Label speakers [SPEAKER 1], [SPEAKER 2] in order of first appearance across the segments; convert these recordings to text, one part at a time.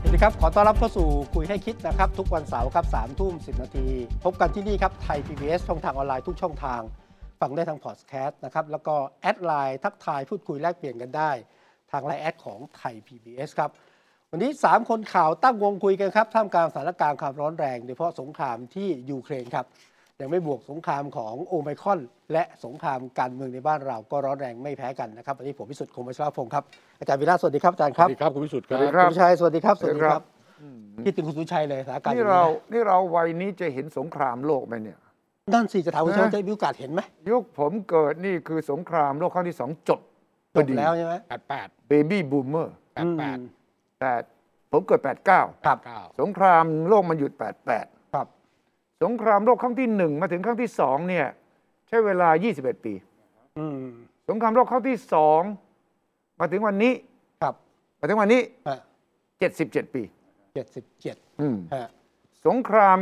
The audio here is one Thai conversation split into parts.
[SPEAKER 1] สวัสดีครับ ขอต้อนรับเข้าสู่คุยให้คิดนะครับ ทุกวันเสาร์ครับสามทุ่มสินาที พบกันที่นี่ครับไทย PBS ช่องทางออนไลน์ทุกช่องทาง ฟังได้ทางพอดแคสต์นะครับ แล้วก็แอดไลน์ทักทายพูดคุยแลกเปลี่ยนกันได้ ทางไลน์แอดของไทย PBS ครับ วันนี้ 3 คนข่าวตั้งวงคุยกันครับ ท่ามกลางสถานการณ์ความร้อนแรง โดยเฉพาะสงครามที่ยูเครนครับ ยังไม่บวกสงครามของโอไมครอน และสงครามการเมืองในบ้านเราก็ร้อนแรงไม่แพ้กันนะครับวันนี้ผมพิสุทธิ์คมวัชรพงศ์ครับอาจารย์วีระสวัสดีครับอาจารย์
[SPEAKER 2] ส
[SPEAKER 1] ครับ
[SPEAKER 2] วัสดีครับ คุณวิสุทธิ์ครับ
[SPEAKER 3] สวัสดีครับ
[SPEAKER 1] คุณสุชัยสวัสดีครับ ส
[SPEAKER 3] สวั
[SPEAKER 1] วัส
[SPEAKER 3] สดี
[SPEAKER 1] ดีค
[SPEAKER 3] ครั
[SPEAKER 1] รับ
[SPEAKER 3] บ
[SPEAKER 1] คิดถึงคุณสุชัยเลยสถานการณ์
[SPEAKER 3] นี่เรา นี่เราวัยนี้จะเห็นสงครามโลกไหมเนี่ย
[SPEAKER 1] ด้านสี่จะถามคุณสุชัย
[SPEAKER 3] นะ
[SPEAKER 1] จะมีโอกาสเห็นไหม
[SPEAKER 3] ยุคผมเกิดนี่คือสงครามโลกครั้งที่สองจบ
[SPEAKER 1] จบแล้วใช่ไหม
[SPEAKER 2] แปดแปด
[SPEAKER 3] เบบี้บูมเมอร์
[SPEAKER 2] แปดแปด
[SPEAKER 3] แต่ผมเกิด 89
[SPEAKER 1] ครับ
[SPEAKER 2] เก้า
[SPEAKER 3] สงครามโลกมันหยุด 88
[SPEAKER 1] ครับ
[SPEAKER 3] สงครามโลกครั้งที่หนึ่งมาถึงครั้งที่สองเนี่ยใช้เวลา 21 ปี
[SPEAKER 1] อืม
[SPEAKER 3] สงครามโลกครั้งที่สองมาถึงวันนี้
[SPEAKER 1] ครับ
[SPEAKER 3] มาถึงวันนี้
[SPEAKER 1] ฮะ
[SPEAKER 3] 77 ปี
[SPEAKER 1] เจ็ดสิบเจ็ดฮะ
[SPEAKER 3] สงคราม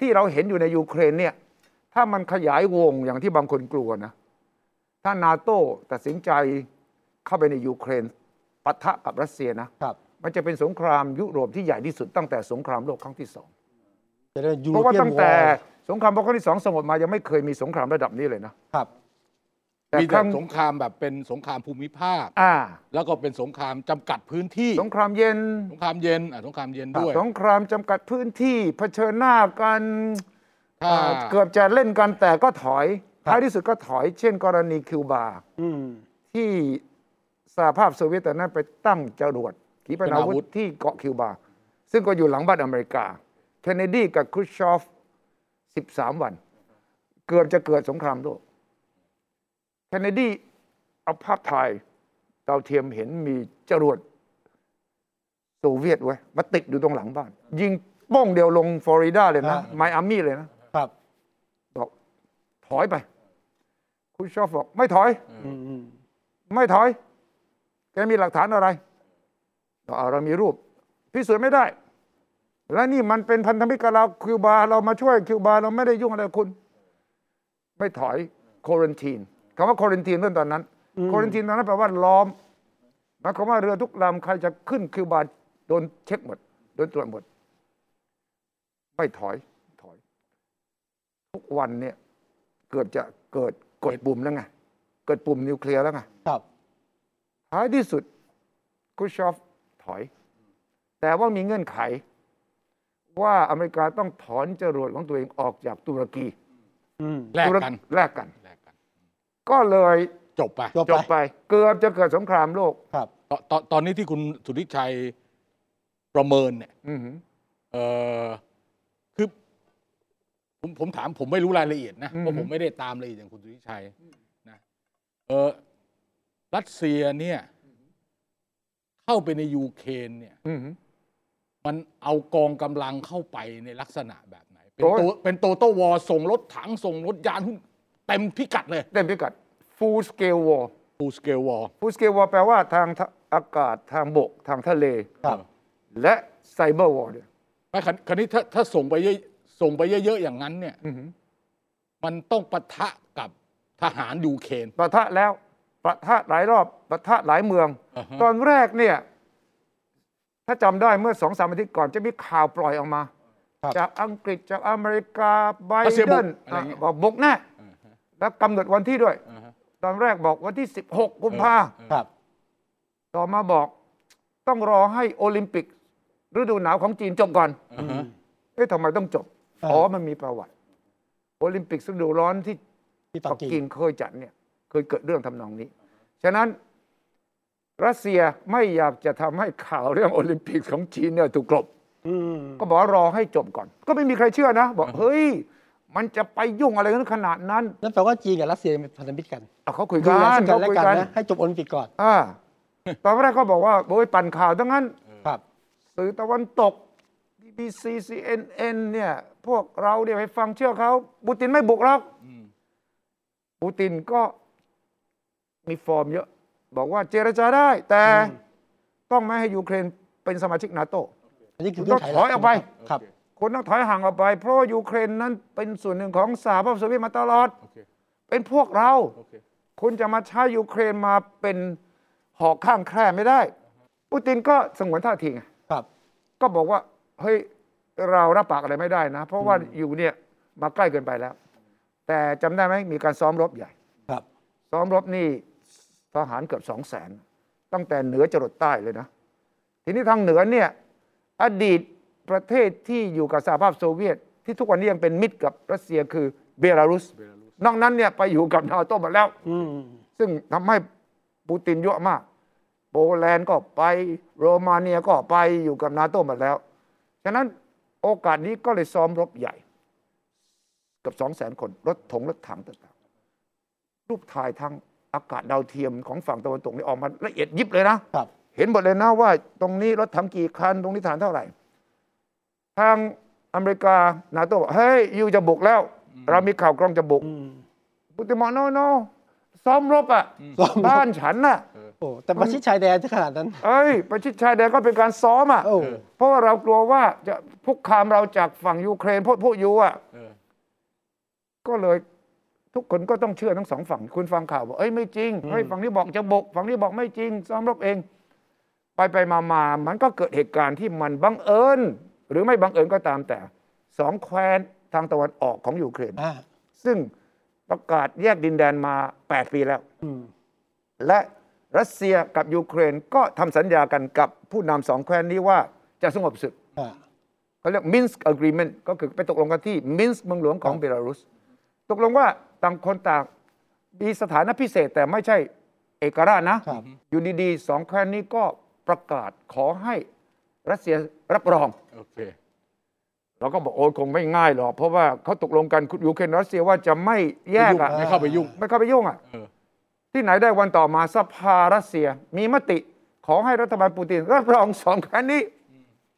[SPEAKER 3] ที่เราเห็นอยู่ในยูเครนเนี่ย ถ้ามันขยายวงอย่างที่บางคนกลัวนะ ถ้านาโต้ตัดสินใจเข้าไปในยูเครนปะทะกับรัสเซียนะ
[SPEAKER 1] ครับ
[SPEAKER 3] มันจะเป็นสงครามยุโรปที่ใหญ่ที่สุดตั้งแต่สงครามโลกครั้งที่สอง
[SPEAKER 1] จะได้ยู
[SPEAKER 3] เพราะว่า
[SPEAKER 1] เปียน
[SPEAKER 3] ตั้ง
[SPEAKER 1] วอ
[SPEAKER 3] แต่
[SPEAKER 1] ร์
[SPEAKER 3] สงครามโลกครั้งที่สองสงบมายังไม่เคยมีสงครามระดับนี้เลยนะครับ แต่
[SPEAKER 2] มี
[SPEAKER 3] ค
[SPEAKER 2] แต่
[SPEAKER 3] รั้ง
[SPEAKER 2] สงครามแบบเป็นสงครามภูมิภาค
[SPEAKER 3] อ่า
[SPEAKER 2] แล้วก็เป็นสงครามจำกัดพื้นที่
[SPEAKER 3] สงครามเย็น
[SPEAKER 2] สงครามเย็นอ่ะสงครามเย็นด้วย
[SPEAKER 3] สงครามจำกัดพื้นที่เผชิญหน้ากัน
[SPEAKER 2] ถ้า
[SPEAKER 3] อ่าเกือบจะเล่นกันแต่ก็ถอย
[SPEAKER 1] ครับ
[SPEAKER 3] ท้ายที่สุดก็ถอย เช่น กรณีคิวบา
[SPEAKER 1] อืม
[SPEAKER 3] ที่สหภาพโซเวียตตอนนั้นไปตั้งจรวดขีปนาวุธที่เกาะคิวบา ซึ่งก็อยู่หลังบ้านอเมริกา เคนเนดีกับครุชชอฟ 13 วัน เกือบจะเกิดสงครามโลก เคนเนดีเอาภาพถ่ายดาวเทียมเห็นมีจรวดโซเวียตไว้มาติดอยู่ตรงหลังบ้าน ยิงโป้งเดียวลงฟลอริดาเลยนะ ไมอามี่เลยนะ
[SPEAKER 1] ครับ
[SPEAKER 3] บอกถอยไปครุชชอฟบอกไม่ถอย
[SPEAKER 1] อืมอืม
[SPEAKER 3] ไม่ถอย แกมีหลักฐานอะไรบอกเอาเรามีรูป พิสูจน์ไม่ได้ และนี่มันเป็นพันธมิตรกับเราคิวบา เรามาช่วยคิวบา เราไม่ได้ยุ่งอะไรกับคุณ ไม่ถอยโควิดทีนคำว่าโควิดทีนเรื่องตอนนั้นโควิดทีนตอนนั้นแปลว่าล้อมหมายความว่าเรือทุกลำใครจะขึ้นคิวบาโดนเช็คหมดโดนตรวจหมด ไม่ถอยถอย ทุกวันเนี่ย เกือบจะเกิดกดปุ่มแล้วไงเกิดปุ่มนิวเคลียร์แล้วไง
[SPEAKER 1] ครับ
[SPEAKER 3] ท้ายที่สุดครุชชอฟถอย แต่ว่ามีเงื่อนไข ว่าอเมริกาต้องถอนจรวดของตัวเองออกจากตุรกี
[SPEAKER 1] อืม
[SPEAKER 2] แลกกัน
[SPEAKER 3] ตุรแลกกัน
[SPEAKER 2] แลกกัน
[SPEAKER 3] ก็เลย
[SPEAKER 2] จบไป
[SPEAKER 1] จบ
[SPEAKER 3] จบ
[SPEAKER 1] ไป
[SPEAKER 3] ไป เกือบจะเกิดสงครามโลก
[SPEAKER 1] ครับ
[SPEAKER 2] ตอนตอนตอนนี้ที่คุณสุทธิชัยประเมินเนี่ย
[SPEAKER 3] อือหือ
[SPEAKER 2] เออคือผมผมถามผมไม่รู้รายละเอียดนะเพราะผมไม่ได้ตามรายละเอียดอย่างคุณสุทธิชัยนะเออรัสเซียเนี่ย เข้าไปในยูเครนเนี่ย
[SPEAKER 3] อือหือ
[SPEAKER 2] มันเอากองกำลังเข้าไปในลักษณะแบบไหน เป็น
[SPEAKER 3] โอ้ย
[SPEAKER 2] ตัวเป็นโตโตวอส่งรถถังส่งรถยานหุ้นเต็มพิกัดเลย
[SPEAKER 3] เต็มพิกัด full scale war
[SPEAKER 2] ฟูสเกลวอ
[SPEAKER 3] full scale war แปลว่าทางทะอากาศทางบกทางทะเล
[SPEAKER 1] ครับ
[SPEAKER 3] และไซเบอร์วอร์ด้วย
[SPEAKER 2] ไม่คันคันนี้ถ้าถ้าส่งไปเยอะส่งไปเยอะๆอย่างนั้นเนี่ย
[SPEAKER 3] อือหือ
[SPEAKER 2] มันต้องปะทะกับทหารยูเครน
[SPEAKER 3] ปะทะแล้วปะทะหลายรอบปะทะหลายเมือง
[SPEAKER 2] อ่าฮะ
[SPEAKER 3] ตอนแรกเนี่ย ถ้าจำได้เมื่อสองสามอาทิตย์ก่อนจะมีข่าวปล่อยออกมา
[SPEAKER 1] ครับ
[SPEAKER 3] จากอังกฤษจากอเมริกาไบ
[SPEAKER 2] รัสเซียบุก
[SPEAKER 3] เดน
[SPEAKER 2] อะไรเงี้ย
[SPEAKER 3] อ่ะบอกบุกแน่
[SPEAKER 2] อ่าฮะ
[SPEAKER 3] แล้วกำหนดวันที่ด้วย
[SPEAKER 2] อ่าฮะ
[SPEAKER 3] ตอนแรกบอกวันที่ 16 กุมภา
[SPEAKER 1] ครับ
[SPEAKER 3] ต่อมาบอกต้องรอให้โอลิมปิก ฤดูหนาวของจีนจบก่อน
[SPEAKER 2] อ่าฮะ
[SPEAKER 3] เอ๊ะทำไมต้องจบ
[SPEAKER 1] า
[SPEAKER 3] อ๋อมันมีประวัติ โอลิมปิกฤดูร้อนที่
[SPEAKER 1] ที่ปั
[SPEAKER 3] ปั
[SPEAKER 1] ก
[SPEAKER 3] ก
[SPEAKER 1] กิ่
[SPEAKER 3] กิ่
[SPEAKER 1] ง
[SPEAKER 3] งเคยจัดเนี่ยเคยเกิดเรื่องทำนองนี้ ฉะนั้นรัสเซียไม่อยากจะทำให้ข่าวเรื่องโอลิมปิกของจีนเนี่ยถูกกลบ
[SPEAKER 1] อืม
[SPEAKER 3] ก็บอกว่ารอให้จบก่อน ก็ไม่มีใครเชื่อนะ บอกเฮ้ย มันจะไปยุ่งอะไรกันขนาดนั้น
[SPEAKER 1] นั่นแปลว่าจีนกับรัสเซียเป็นพันธมิตรกัน
[SPEAKER 3] อ่ะเขาคุย
[SPEAKER 1] ดู
[SPEAKER 3] กั
[SPEAKER 1] แล
[SPEAKER 3] น
[SPEAKER 1] ซึ่งกัน
[SPEAKER 3] เขา
[SPEAKER 1] และ
[SPEAKER 3] คุย
[SPEAKER 1] กัน
[SPEAKER 3] กัน
[SPEAKER 1] นะให้จบโอลิมปิกก่อน
[SPEAKER 3] อ่าตอนแรกก็บอกว่าโอ้ยปั่นข่าวดังนั้น
[SPEAKER 1] ครับ
[SPEAKER 3] สื่อตะวันตก BBC BBC CNN เนี่ย พวกเราเนี่ยไปฟังเชื่อเขาปูตินไม่บุกหรอก
[SPEAKER 2] อืม
[SPEAKER 3] ปูตินก็มีฟอร์มเยอะ บอกว่าเจรจาได้ แต่ต้องไม่ให้ยูเครนเป็นสมาชิกนาโต
[SPEAKER 4] อันนี้คือเงื่อนไขหลั
[SPEAKER 3] ถอยออกไป
[SPEAKER 4] ครับ
[SPEAKER 3] คนต้องถอยห่างออกไป เพราะว่ายูเครนนั้นเป็นส่วนหนึ่งของสหภาพโซเวียตมาตลอด
[SPEAKER 2] โอเค
[SPEAKER 3] เป็นพวกเรา
[SPEAKER 2] โอเค
[SPEAKER 3] คุณจะมาใช้ยูเครนมาเป็นหอกข้างแคร่ไม่ได้ปูตินก็สงวนท่าทีไง
[SPEAKER 4] ครับ
[SPEAKER 3] ก็บอกว่าเฮ้ยเรารับปากอะไรไม่ได้นะ เพราะว่าอยู่เนี่ยมาใกล้เกินไปแล้ว แต่จำได้ไหมมีการซ้อมรบใหญ่
[SPEAKER 4] ครับ
[SPEAKER 3] ซ้อมรบนี่ทหารเกือบสองแสนตั้งแต่เหนือจรดใต้เลยนะ ทีนี้ทางเหนือเนี่ยอดีตประเทศที่อยู่กับสหภาพโซเวียต ที่ทุกวันนี้ยังเป็นมิตรกับรัสเซียคือเบลารุส นอกนั้นเนี่ยไปอยู่กับนาโต้หมดแล้ว
[SPEAKER 4] อืม
[SPEAKER 3] ซึ่งทำให้ปูตินเยอะมาก โปแลนด์ก็ไปโรมาเนียก็ไปอยู่กับนาโตหมดแล้ว ฉะนั้นโอกาสนี้ก็เลยซ้อมรบใหญ่เกับสองแสนคน รถถงรถถังต่างๆรูปถ่ายทางอากาศดาวเทียมของฝั่งตะวันตกนี่ออกมาละเอียดยิบเลยนะ
[SPEAKER 4] ครับ
[SPEAKER 3] เห็นหมดเลยนะว่าตรงนี้รถถังกี่คัน ตรงนี้ฐานเท่าไหร่ ทางอเมริกานาโตบอกเฮ้ยยูจะบุกแล้ว เรามีข่าวกรองจะบุก
[SPEAKER 4] อืม
[SPEAKER 3] ปุติมอกโนโนซ้อมรบอ่ะ
[SPEAKER 4] ซ้อม
[SPEAKER 3] บ้านฉันน่ะ
[SPEAKER 4] โอ้แต่ประชิดชายแดนจะขนาดนั้น
[SPEAKER 3] เอ้ย ประชิดชายแดนก็เป็นการซ้อมอ่ะ
[SPEAKER 4] โอ้
[SPEAKER 3] เพราะว่าเรากลัวว่าจะพุกคามเราจากฝั่งยูเครนพวกพวกยูอ่ะ
[SPEAKER 2] เออ
[SPEAKER 3] ก็เลยทุกคนก็ต้องเชื่อทั้งสองฝั่ง คุณฟังข่าวบอกเอ้ยไม่จริง เฮ้ยฝั่งนี้บอกจะบก ฝั่งนี้บอกไม่จริง ซ้อมรบเอง ไปไปมามามันก็เกิดเหตุการณ์ที่มันบังเอิญ หรือไม่บังเอิญก็ตามแต่สองแคว้นทางตะวันออกของยูเครน
[SPEAKER 4] อ่า
[SPEAKER 3] ซึ่งประกาศแยกดินแดนมา 8 ปีแล้ว
[SPEAKER 4] อืม
[SPEAKER 3] และรัสเซียกับยูเครนก็ทำสัญญากันกับผู้นำสองแคว้นนี้ว่าจะสงบศึก
[SPEAKER 4] อ่า
[SPEAKER 3] เขาเรียก Minsk Agreement ก็คือไปตกลงกันที่ Minsk เมืองหลวงของเบลารุส ตกลงว่าต่างคนต่างมีสถานะพิเศษแต่ไม่ใช่เอกราชนะ
[SPEAKER 4] ครับ
[SPEAKER 3] อยู่ดีๆสองแคว้นนี้ก็ประกาศขอให้รัสเซียรับรอง
[SPEAKER 2] โอเค
[SPEAKER 3] เราก็บอกโอ้ยคงไม่ง่ายหรอก เพราะว่าเขาตกลงกันยูเครนรัสเซียว่าจะไม่แยกอะ
[SPEAKER 4] ไม่
[SPEAKER 2] ไม่
[SPEAKER 4] ง
[SPEAKER 2] เข้าไปยุ่ง
[SPEAKER 3] ไม่เข้าไปยุ่งอะ
[SPEAKER 2] เออ
[SPEAKER 3] ที่ไหนได้วันต่อมาสภารัสเซีย มีมติขอให้รัฐบาลปูตินรับรองสองครั้งนี้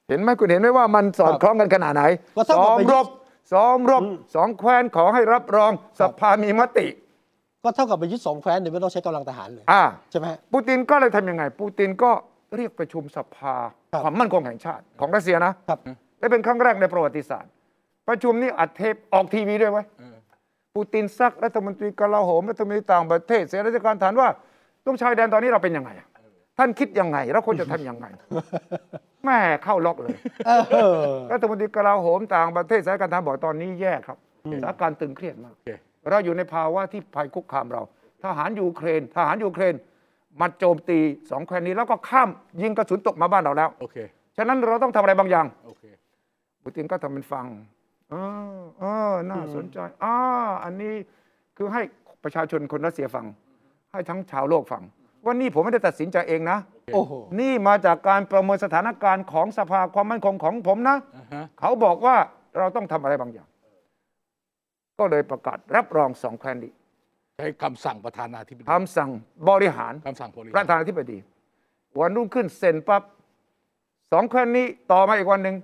[SPEAKER 3] เห็นไหมคุณเห็นไหมว่ามันสอดคล้องกันขนาดไหน
[SPEAKER 4] ก็ถ้าบ
[SPEAKER 3] ซ้อ
[SPEAKER 4] อก
[SPEAKER 3] ม
[SPEAKER 4] ไป
[SPEAKER 3] รบซ้อมรบสองแคว้นขอให้รับรองสภามีมติ
[SPEAKER 4] ก็เท่ากับไปยึดสองแคว้นโดยไม่ต้องใช้กำลังทหารเลย
[SPEAKER 3] อ่า
[SPEAKER 4] ใช่ไหมฮะ
[SPEAKER 3] ปูตินก็เลยทำยังไง ปูตินก็เรียกประชุมสภา
[SPEAKER 4] ครับ
[SPEAKER 3] ความมั่นคงแห่งชาติของรัสเซียนะครับ และเป็นครั้งแรกในประวัติศาสตร์ ประชุมนี้อัดเทปออกทีวีด้วยไว้ย
[SPEAKER 2] เออ
[SPEAKER 3] ปูตินซักรัฐมนตรีกลาโหมรัฐมนตรีต่างประเทศเสนาธิการฐานว่าตรงชายแดนตอนนี้เราเป็นยังไงอะท่านคิดยังไง แล้วควรจะทำยังไง แม่เข้าล็อกเลย
[SPEAKER 4] เออ
[SPEAKER 3] รัฐมนตรีกลาโหมต่างประเทศสถานการณ์ทหารบอกตอนนี้แย่ครับสถานการณ์ตึงเครียดมาก
[SPEAKER 2] โอเค
[SPEAKER 3] เราอยู่ในภาวะที่ภัยคุกคามเรา ทหารยูเครน ทหารยูเครนมาโจมตีสองแคว้นนี้แล้วก็ข้ามยิงกระสุนตกมาบ้านเราแล้ว
[SPEAKER 2] โอเค
[SPEAKER 3] ฉะนั้นเราต้องทำอะไรบางอย่าง
[SPEAKER 2] โอเค
[SPEAKER 3] ปูตินก็ทำเป็นฟังเออเออน่าสนใจอ่าอันนี้คือให้ประชาชนคนรัสเซียฟัง ให้ทั้งชาวโลกฟัง ว่านี่ผมไม่ได้ตัดสินใจเองนะ
[SPEAKER 4] โอ้โห
[SPEAKER 3] นี่มาจากการประเมินสถานการณ์ของสภาความมั่นคงของผมนะ
[SPEAKER 2] อ่าฮะ
[SPEAKER 3] เขาบอกว่าเราต้องทำอะไรบางอย่าง ก็เลยประกาศรับรองสองแคว้นนี้
[SPEAKER 2] ใช้คำสั่งประธานาธิบดี
[SPEAKER 3] คำสั่งบริหาร
[SPEAKER 2] คำสั่งบริหาร
[SPEAKER 3] ประธานาธิบดี วันรุ่งขึ้นเซ็นปั๊บสองแคว้นนี้ต่อมาอีกวันหนึ่ง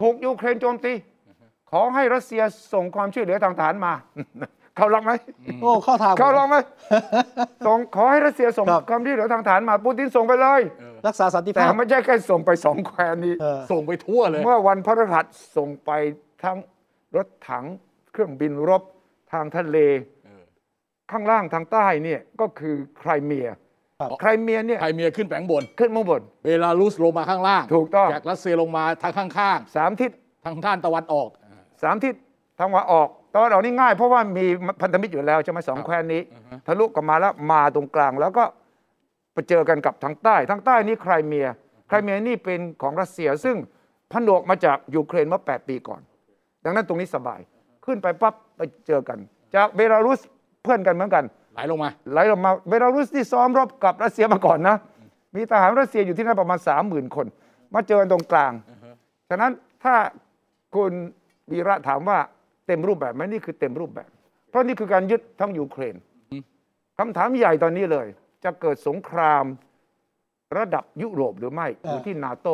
[SPEAKER 3] ถูกยูเครนโจมตี ขอให้รัสเซียส่งความช่วยเหลือทางทหาร มา เขาลองไหม
[SPEAKER 4] โอ้ เข้าทาง
[SPEAKER 3] เขาลองไหมส่งขอให้รัสเซียส่ง
[SPEAKER 4] ครับ
[SPEAKER 3] ความช่วยเหลือทางทหารมาปูตินส่งไปเลย
[SPEAKER 2] เออ
[SPEAKER 4] รักษาสันติ
[SPEAKER 3] แต่
[SPEAKER 4] ภาพ
[SPEAKER 3] ไม่ใช่แค่ส่งไปสองแคว้นนี้
[SPEAKER 4] เออ
[SPEAKER 2] ส่งไปทั่วเลย
[SPEAKER 3] เมื่อวันพฤหัสส่งไปทั้งรถถังเครื่องบินรบทางทะเล
[SPEAKER 2] เออ
[SPEAKER 3] ข้างล่างทางใต้เนี่ยก็คือไครเมีย
[SPEAKER 4] ครับ
[SPEAKER 3] ไครเมียเนี่ย
[SPEAKER 2] ไครเมียขึ้นแปลงบน
[SPEAKER 3] ขึ้นมาบน
[SPEAKER 2] เบลารุสลงมาข้างล่าง
[SPEAKER 3] ถูกต้อง
[SPEAKER 2] จากรัสเซียลงมาทางข้าง
[SPEAKER 3] สามทิศ
[SPEAKER 2] ๆ ทางด้านตะวันออกอ่า
[SPEAKER 3] สามทิศทางตะวันออกตะวันออกนี่ง่ายเพราะว่ามีพันธมิตรอยู่แล้วใช่ไหมสอง
[SPEAKER 2] ครับ
[SPEAKER 3] แคว้นนี้
[SPEAKER 2] อือฮะ
[SPEAKER 3] ทะลุกันมาแล้วมาตรงกลางแล้วก็ไปเจอกันกับทางใต้ทางใต้นี่ไครเมียไครเมียนี่เป็นของรัสเซียซึ่งผนวกมาจากยูเครนเมื่อ 8 ปีก่อน ดังนั้นตรงนี้สบาย ขึ้นไปปั๊บไปเจอกัน จากเบลารุสเพื่อนกันเหมือนกัน
[SPEAKER 2] ไหลลงมา
[SPEAKER 3] ไหลลงมาเบลารุสที่ซ้อมรบกับรัสเซียมาก่อนนะ มีทหารรัสเซียอยู่ที่นั่นประมาณสามหมื่นคน มาเจอกันตรงกลาง ฉะนั้นถ้าคุณวีระถามว่าเต็มรูปแบบไหมนี่คือเต็มรูปแบบ เพราะนี่คือการยึดทั้งยูเครนคำถามใหญ่ตอนนี้เลย จะเกิดสงครามระดับยุโรปหรือไม่อยู่ที่นาโต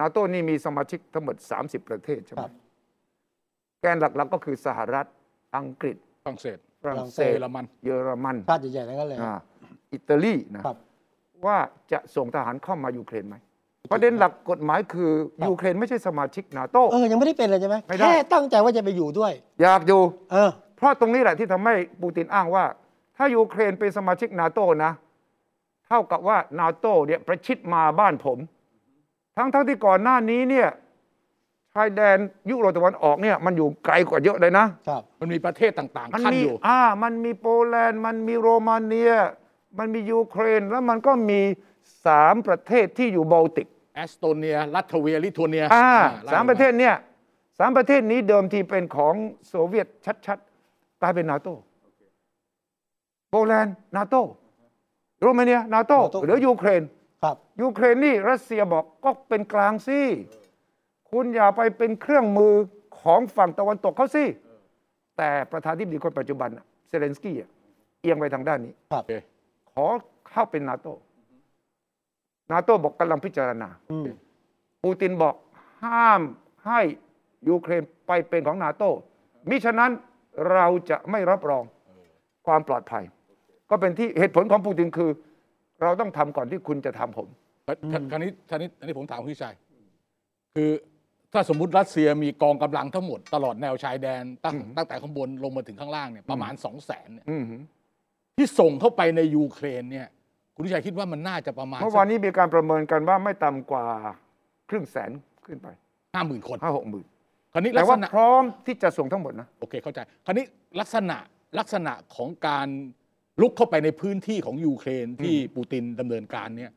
[SPEAKER 3] นาโต้นี่มีสมาชิกทั้งหมด 30 ประเทศใช่ไห
[SPEAKER 4] ค
[SPEAKER 3] ม
[SPEAKER 4] รับ
[SPEAKER 3] แกนหลักๆก็คือสหรัฐอังกฤษ
[SPEAKER 2] ฝรั่งเศส
[SPEAKER 3] ฝรั่งเศ
[SPEAKER 2] เย
[SPEAKER 3] ส
[SPEAKER 2] อรมัน
[SPEAKER 3] เยอรมัน
[SPEAKER 4] ชาติใหญ่ๆนั่นก็เลย
[SPEAKER 3] อ่าอิตาลีนะครับ ว่าจะส่งทหารเข้ามายูเครนไหมประเด็นหลักกฎหมายคือยูเครนไม่ใช่สมาชิกนาโต้
[SPEAKER 1] เออ ยังไม่ได้เป็นเลยใช่ไหม
[SPEAKER 3] ไม่ได้
[SPEAKER 1] แค่ตั้งใจว่าจะไปอยู่ด้วย
[SPEAKER 3] อยากอยู่
[SPEAKER 1] เออ
[SPEAKER 3] เพราะตรงนี้แหละที่ทำให้ปูตินอ้างว่า ถ้ายูเครนเป็นสมาชิกนาโตนะ เท่ากับว่านาโตเนี่ยประชิดมาบ้านผม ทั้งทั้งๆที่ก่อนหน้านี้เนี่ยชายแดนยุโรปตะวันออกเนี่ยมันอยู่ไกลกว่าเยอะเลยนะ
[SPEAKER 1] ครับ
[SPEAKER 2] มันมีประเทศต่าง
[SPEAKER 3] มั
[SPEAKER 2] ๆขั้น
[SPEAKER 3] มี
[SPEAKER 2] อยู่
[SPEAKER 3] อ่ามันมีโปแลนด์ มันมีโรมาเนีย มันมียูเครน แล้วมันก็มีสามประเทศที่อยู่บอลติก
[SPEAKER 2] แอสโตเนีย ลัตเวีย ลิทัวเนีย
[SPEAKER 3] อ่า
[SPEAKER 2] ไล่
[SPEAKER 3] สามประเทศเนี่ยสามประเทศนี้เดิมทีเป็นของโซเวียตชัดๆกลายเป็นนาโตโปแลนด์นาโตโรมาเนียนาโต
[SPEAKER 1] NATO
[SPEAKER 3] หรือยูเครน
[SPEAKER 1] ครับ
[SPEAKER 3] ยูเครนนี่รัสเซียบอกก็เป็นกลางสิ คุณอย่าไปเป็นเครื่องมือของฝั่งตะวันตกเขาสิ แต่ประธานที่ดีคนปัจจุบันน่ะเซเลนสกี้อ่ะเอียงไปทางด้านนี้
[SPEAKER 2] โอเค
[SPEAKER 3] ขอเข้าเป็นนาโต นาโตบอกกำลังพิจารณา
[SPEAKER 1] อืม
[SPEAKER 3] ปูตินบอกห้ามให้ยูเครนไปเป็นของนาโต้มิฉะนั้นเราจะไม่รับรองความปลอดภัย ก็เป็นที่เหตุผลของปูตินคือ เราต้องทำก่อนที่คุณจะทำผม
[SPEAKER 2] แล้วครคราวนี้คราวนี้อันนี้ผมถามคุณวิชัย คือถ้าสมมติรัสเซียมีกองกำลังทั้งหมดตลอดแนวชายแดน ตั้งตั้งแต่ข้างบนลงมาถึงข้างล่างเนี่ยประมาณสองแสนเนี่ย
[SPEAKER 3] อือหือ
[SPEAKER 2] ที่ส่งเข้าไปในยูเครนเนี่ย คุณวิชัยคิดว่ามันน่าจะประมาณ
[SPEAKER 3] เมื่อวานนี้มีการประเมินกันว่าไม่ต่ำกว่าครึ่งแสนขึ้นไป
[SPEAKER 2] ห้าหมื่นคน
[SPEAKER 3] ห้าหกหมื่น
[SPEAKER 2] คราวนี้ลั
[SPEAKER 3] แต่
[SPEAKER 2] กษ
[SPEAKER 3] ว่า
[SPEAKER 2] ณะ
[SPEAKER 3] พร้อมที่จะส่งทั้งหมดนะ
[SPEAKER 2] โอเคเข้าใจ คราวนี้ลักษณะลักษณะของการลุกเข้าไปในพื้นที่ของยูเครนที่ปูตินดำเนินการเนี่ย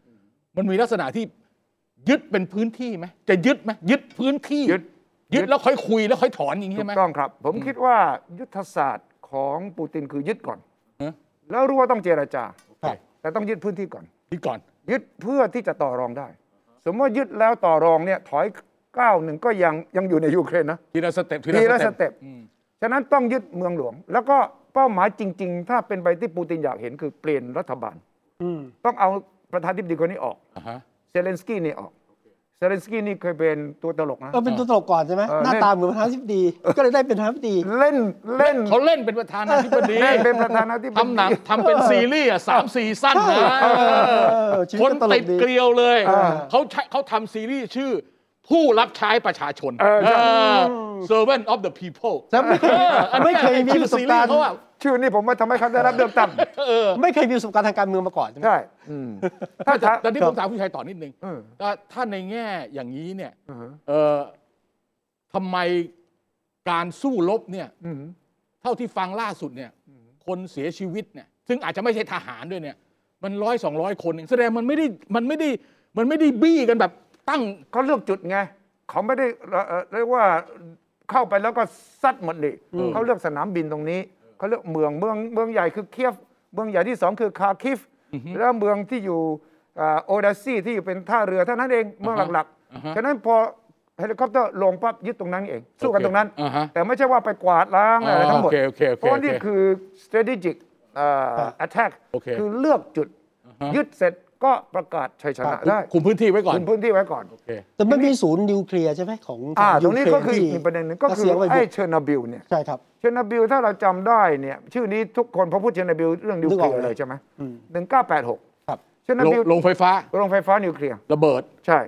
[SPEAKER 2] มันมีลักษณะที่ยึดเป็นพื้นที่ไหมจะยึดไหมยึดพื้นที่
[SPEAKER 3] ยึด
[SPEAKER 2] ยึ
[SPEAKER 3] ยึ
[SPEAKER 2] ด
[SPEAKER 3] ด
[SPEAKER 2] แล้วค่อยคุยแล้วค่อยถอนอย่างนี้
[SPEAKER 3] ถู
[SPEAKER 2] ใช่ไหม
[SPEAKER 3] กต้องครับ ผมคิดว่ายุทธศาสตร์ของปูตินคือยึดก่อน
[SPEAKER 2] ฮะ
[SPEAKER 3] แล้วรู้ว่าต้องเจรจา
[SPEAKER 2] ครับ
[SPEAKER 3] แต่ต้องยึดพื้นที่ก่อน
[SPEAKER 2] นี่ก่อน
[SPEAKER 3] ยึดเพื่อที่จะต่อรองได้ สมมติว่ายึดแล้วต่อรองเนี่ยถอยก้าวหนึ่งก็ยังยังอยู่ในยูเครนนะ
[SPEAKER 2] ทีละสเต็ป
[SPEAKER 3] ทีละสเต็ป
[SPEAKER 2] อืม
[SPEAKER 3] ฉะนั้นต้องยึดเมืองหลวง แล้วก็เป้าหมายจริง ๆ ถ้าเป็นไปที่ปูตินอยากเห็นคือเปลี่ยนรัฐบาล
[SPEAKER 1] อืม
[SPEAKER 3] ต้องเอาประธานาธิบดีคนนี้ออก
[SPEAKER 2] อ่าฮะ
[SPEAKER 3] เซเลนสกี้นี่ออก เซเลนสกี้นี่เคยเป็นตัวตลกนะ
[SPEAKER 1] เออ เป็นตัวตลกก่อนใช่ไหม
[SPEAKER 3] เออ
[SPEAKER 1] หน้า
[SPEAKER 3] เล่น
[SPEAKER 1] ตาเหมือนประธานาธิบดี ก็เลยได้เป็นประธานาธิบดี
[SPEAKER 3] เล่นเล่น
[SPEAKER 2] เขาเล่นเป็นประธานาธิบดี
[SPEAKER 3] เล่นเป็นประธานาธิบดี
[SPEAKER 2] ทำหนังทำเป็นซีรีส์อ่ะสามสี่สั้น
[SPEAKER 1] ใช่
[SPEAKER 2] นะเออ
[SPEAKER 1] เออชีวิ
[SPEAKER 2] ค
[SPEAKER 1] ต
[SPEAKER 2] น
[SPEAKER 1] ก็ตลกดี
[SPEAKER 2] ติดเกลียวเลย
[SPEAKER 1] อ่า
[SPEAKER 2] เขาใช้เขาทำซีรีส์ชื่อ ผู้รับใช้ประชาชน
[SPEAKER 3] เออใช่
[SPEAKER 2] servant of the people
[SPEAKER 1] แล้วไม่เคย
[SPEAKER 2] เอออันนั้น
[SPEAKER 1] ไม่เคยมี
[SPEAKER 2] ชื่
[SPEAKER 1] ป
[SPEAKER 2] อ
[SPEAKER 1] ระส
[SPEAKER 2] ซี
[SPEAKER 1] บ
[SPEAKER 2] รี
[SPEAKER 1] การ
[SPEAKER 2] ส์
[SPEAKER 1] ณ์
[SPEAKER 2] เขาอะ
[SPEAKER 3] ชื่อนี่ผมว่าทำให้เขาได้รับเลือกตั้ง
[SPEAKER 2] เออ
[SPEAKER 1] ไม่เคยมีประสบการณ์ทางการเมืองมาก่อนใช่ไหม
[SPEAKER 3] ใช่อืมถ้า
[SPEAKER 2] แต่
[SPEAKER 3] ถ้า
[SPEAKER 2] แต่ที่ผมถามคุณชัยต่อนิดนึง
[SPEAKER 3] เออ
[SPEAKER 2] แต่ถ้าในแง่อย่างนี้เนี่ย
[SPEAKER 3] อือฮึ
[SPEAKER 2] เออทำไมการสู้รบเนี่ย
[SPEAKER 3] อืม
[SPEAKER 2] เท่าที่ฟังล่าสุดเนี่ย คนเสียชีวิตเนี่ยซึ่งอาจจะไม่ใช่ทหารด้วยเนี่ย มันร้อยสองร้อยคนเองแสดงมันไม่ได้มันไม่ได้มันไม่ได้บี้กันแบบตั้ง
[SPEAKER 3] เขาเลือกจุดไง เขาไม่ได้เอ่อเอ่อเรียกว่าเข้าไปแล้วก็ซัดหมดนี่เขาเลือกสนามบินตรงนี้ เขาเลือกเมืองเมืองเมืองใหญ่คือเคียฟ เมืองใหญ่ที่สองคือคาคิฟ แล้วเมืองที่อยู่อ่าโอเดาซีที่อยู่เป็นท่าเรือเท่านั้นเองเมืองหลัก
[SPEAKER 2] อ่าฮะ
[SPEAKER 3] ๆ ฉะนั้นพอเฮลิคอปเตอร์ลงปั๊บยึดตรงนั้นเอง สู้กัน
[SPEAKER 2] โอเค
[SPEAKER 3] ตรงนั้น
[SPEAKER 2] อ่าฮะ
[SPEAKER 3] แต่ไม่ใช่ว่าไปกวาดล้างอะไร
[SPEAKER 2] อ๋อ
[SPEAKER 3] ทั้งหมด
[SPEAKER 2] โอเคโอเคโอเค
[SPEAKER 3] เพราะว่านี่
[SPEAKER 2] โอเค
[SPEAKER 3] คือ strategic อ่า attack
[SPEAKER 2] โอเค
[SPEAKER 3] คือเลือกจุด
[SPEAKER 2] อ่าฮะ
[SPEAKER 3] ยึดเสร็จก็ประกาศชัยชนะได้
[SPEAKER 2] คุมพื้นที่ไว้ก่อน
[SPEAKER 3] คุมพื้นที่ไว้ก่อน
[SPEAKER 2] โอเค
[SPEAKER 1] แต่ไม่มีศูนย์นิวเคลียร์ใช่ไหมของ
[SPEAKER 3] อ่า
[SPEAKER 1] ข
[SPEAKER 3] ตรงนี้
[SPEAKER 1] ยู
[SPEAKER 3] ก็
[SPEAKER 1] เล
[SPEAKER 3] คืออีก
[SPEAKER 1] ที่
[SPEAKER 3] หนึ่งประเด็นหนึ่งก็
[SPEAKER 1] รัส
[SPEAKER 3] คื
[SPEAKER 1] เซี
[SPEAKER 3] อย
[SPEAKER 1] ไป
[SPEAKER 3] ไอ้
[SPEAKER 1] บุก
[SPEAKER 3] เชอร์โนบิลเนี่ย
[SPEAKER 1] ใช่ครับ
[SPEAKER 3] เชอร์โนบิลถ้าเราจำได้เนี่ยชื่อนี้ทุกคนพอพูดเชอร์โนบิลเรื่องนิวเคลีย
[SPEAKER 1] นึกออ
[SPEAKER 3] ร์
[SPEAKER 1] ก
[SPEAKER 3] เล
[SPEAKER 1] เลย ย
[SPEAKER 3] ใช่ไหม
[SPEAKER 1] อืม
[SPEAKER 3] หนึ่งเก้าแปดหก
[SPEAKER 1] ครับ
[SPEAKER 3] เชอร์โน
[SPEAKER 2] ลง
[SPEAKER 3] บิล
[SPEAKER 2] ลงไฟฟ้า
[SPEAKER 3] โรงไฟฟ้านิวเคลียร์
[SPEAKER 2] ระเบิด
[SPEAKER 3] ใช่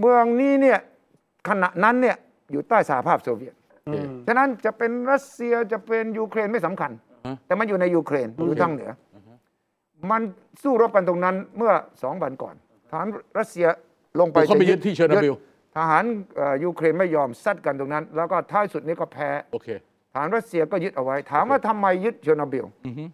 [SPEAKER 3] เมืองนี้เนี่ยขณะนั้นเนี่ยอยู่ใต้สหภาพโซเวียต
[SPEAKER 2] โอเค
[SPEAKER 3] ฉะนั้นจะเป็นรัสเซียจะเป็นยูเครนไม่สำคัญ
[SPEAKER 2] อ่าฮะ
[SPEAKER 3] แต่มันอยู่ในยูเครนอยู่ทางเหนืออมันสู้รบกันตรงนั้นเมื่อสองวันก่อนทหารรัสเซียลงไป
[SPEAKER 2] เข้าไปยึดที่เชอร์โนบิล
[SPEAKER 3] ยึดทหารเอ่อยูเครนไม่ยอมซัดกันตรงนั้น แล้วก็ท้ายสุดนี้ก็แพ้
[SPEAKER 2] โอเค
[SPEAKER 3] ทหารรัสเซียก็ยึดเอาไว้ ถามว่าทำไมยึดเชอร์โนบิล
[SPEAKER 2] อือฮึ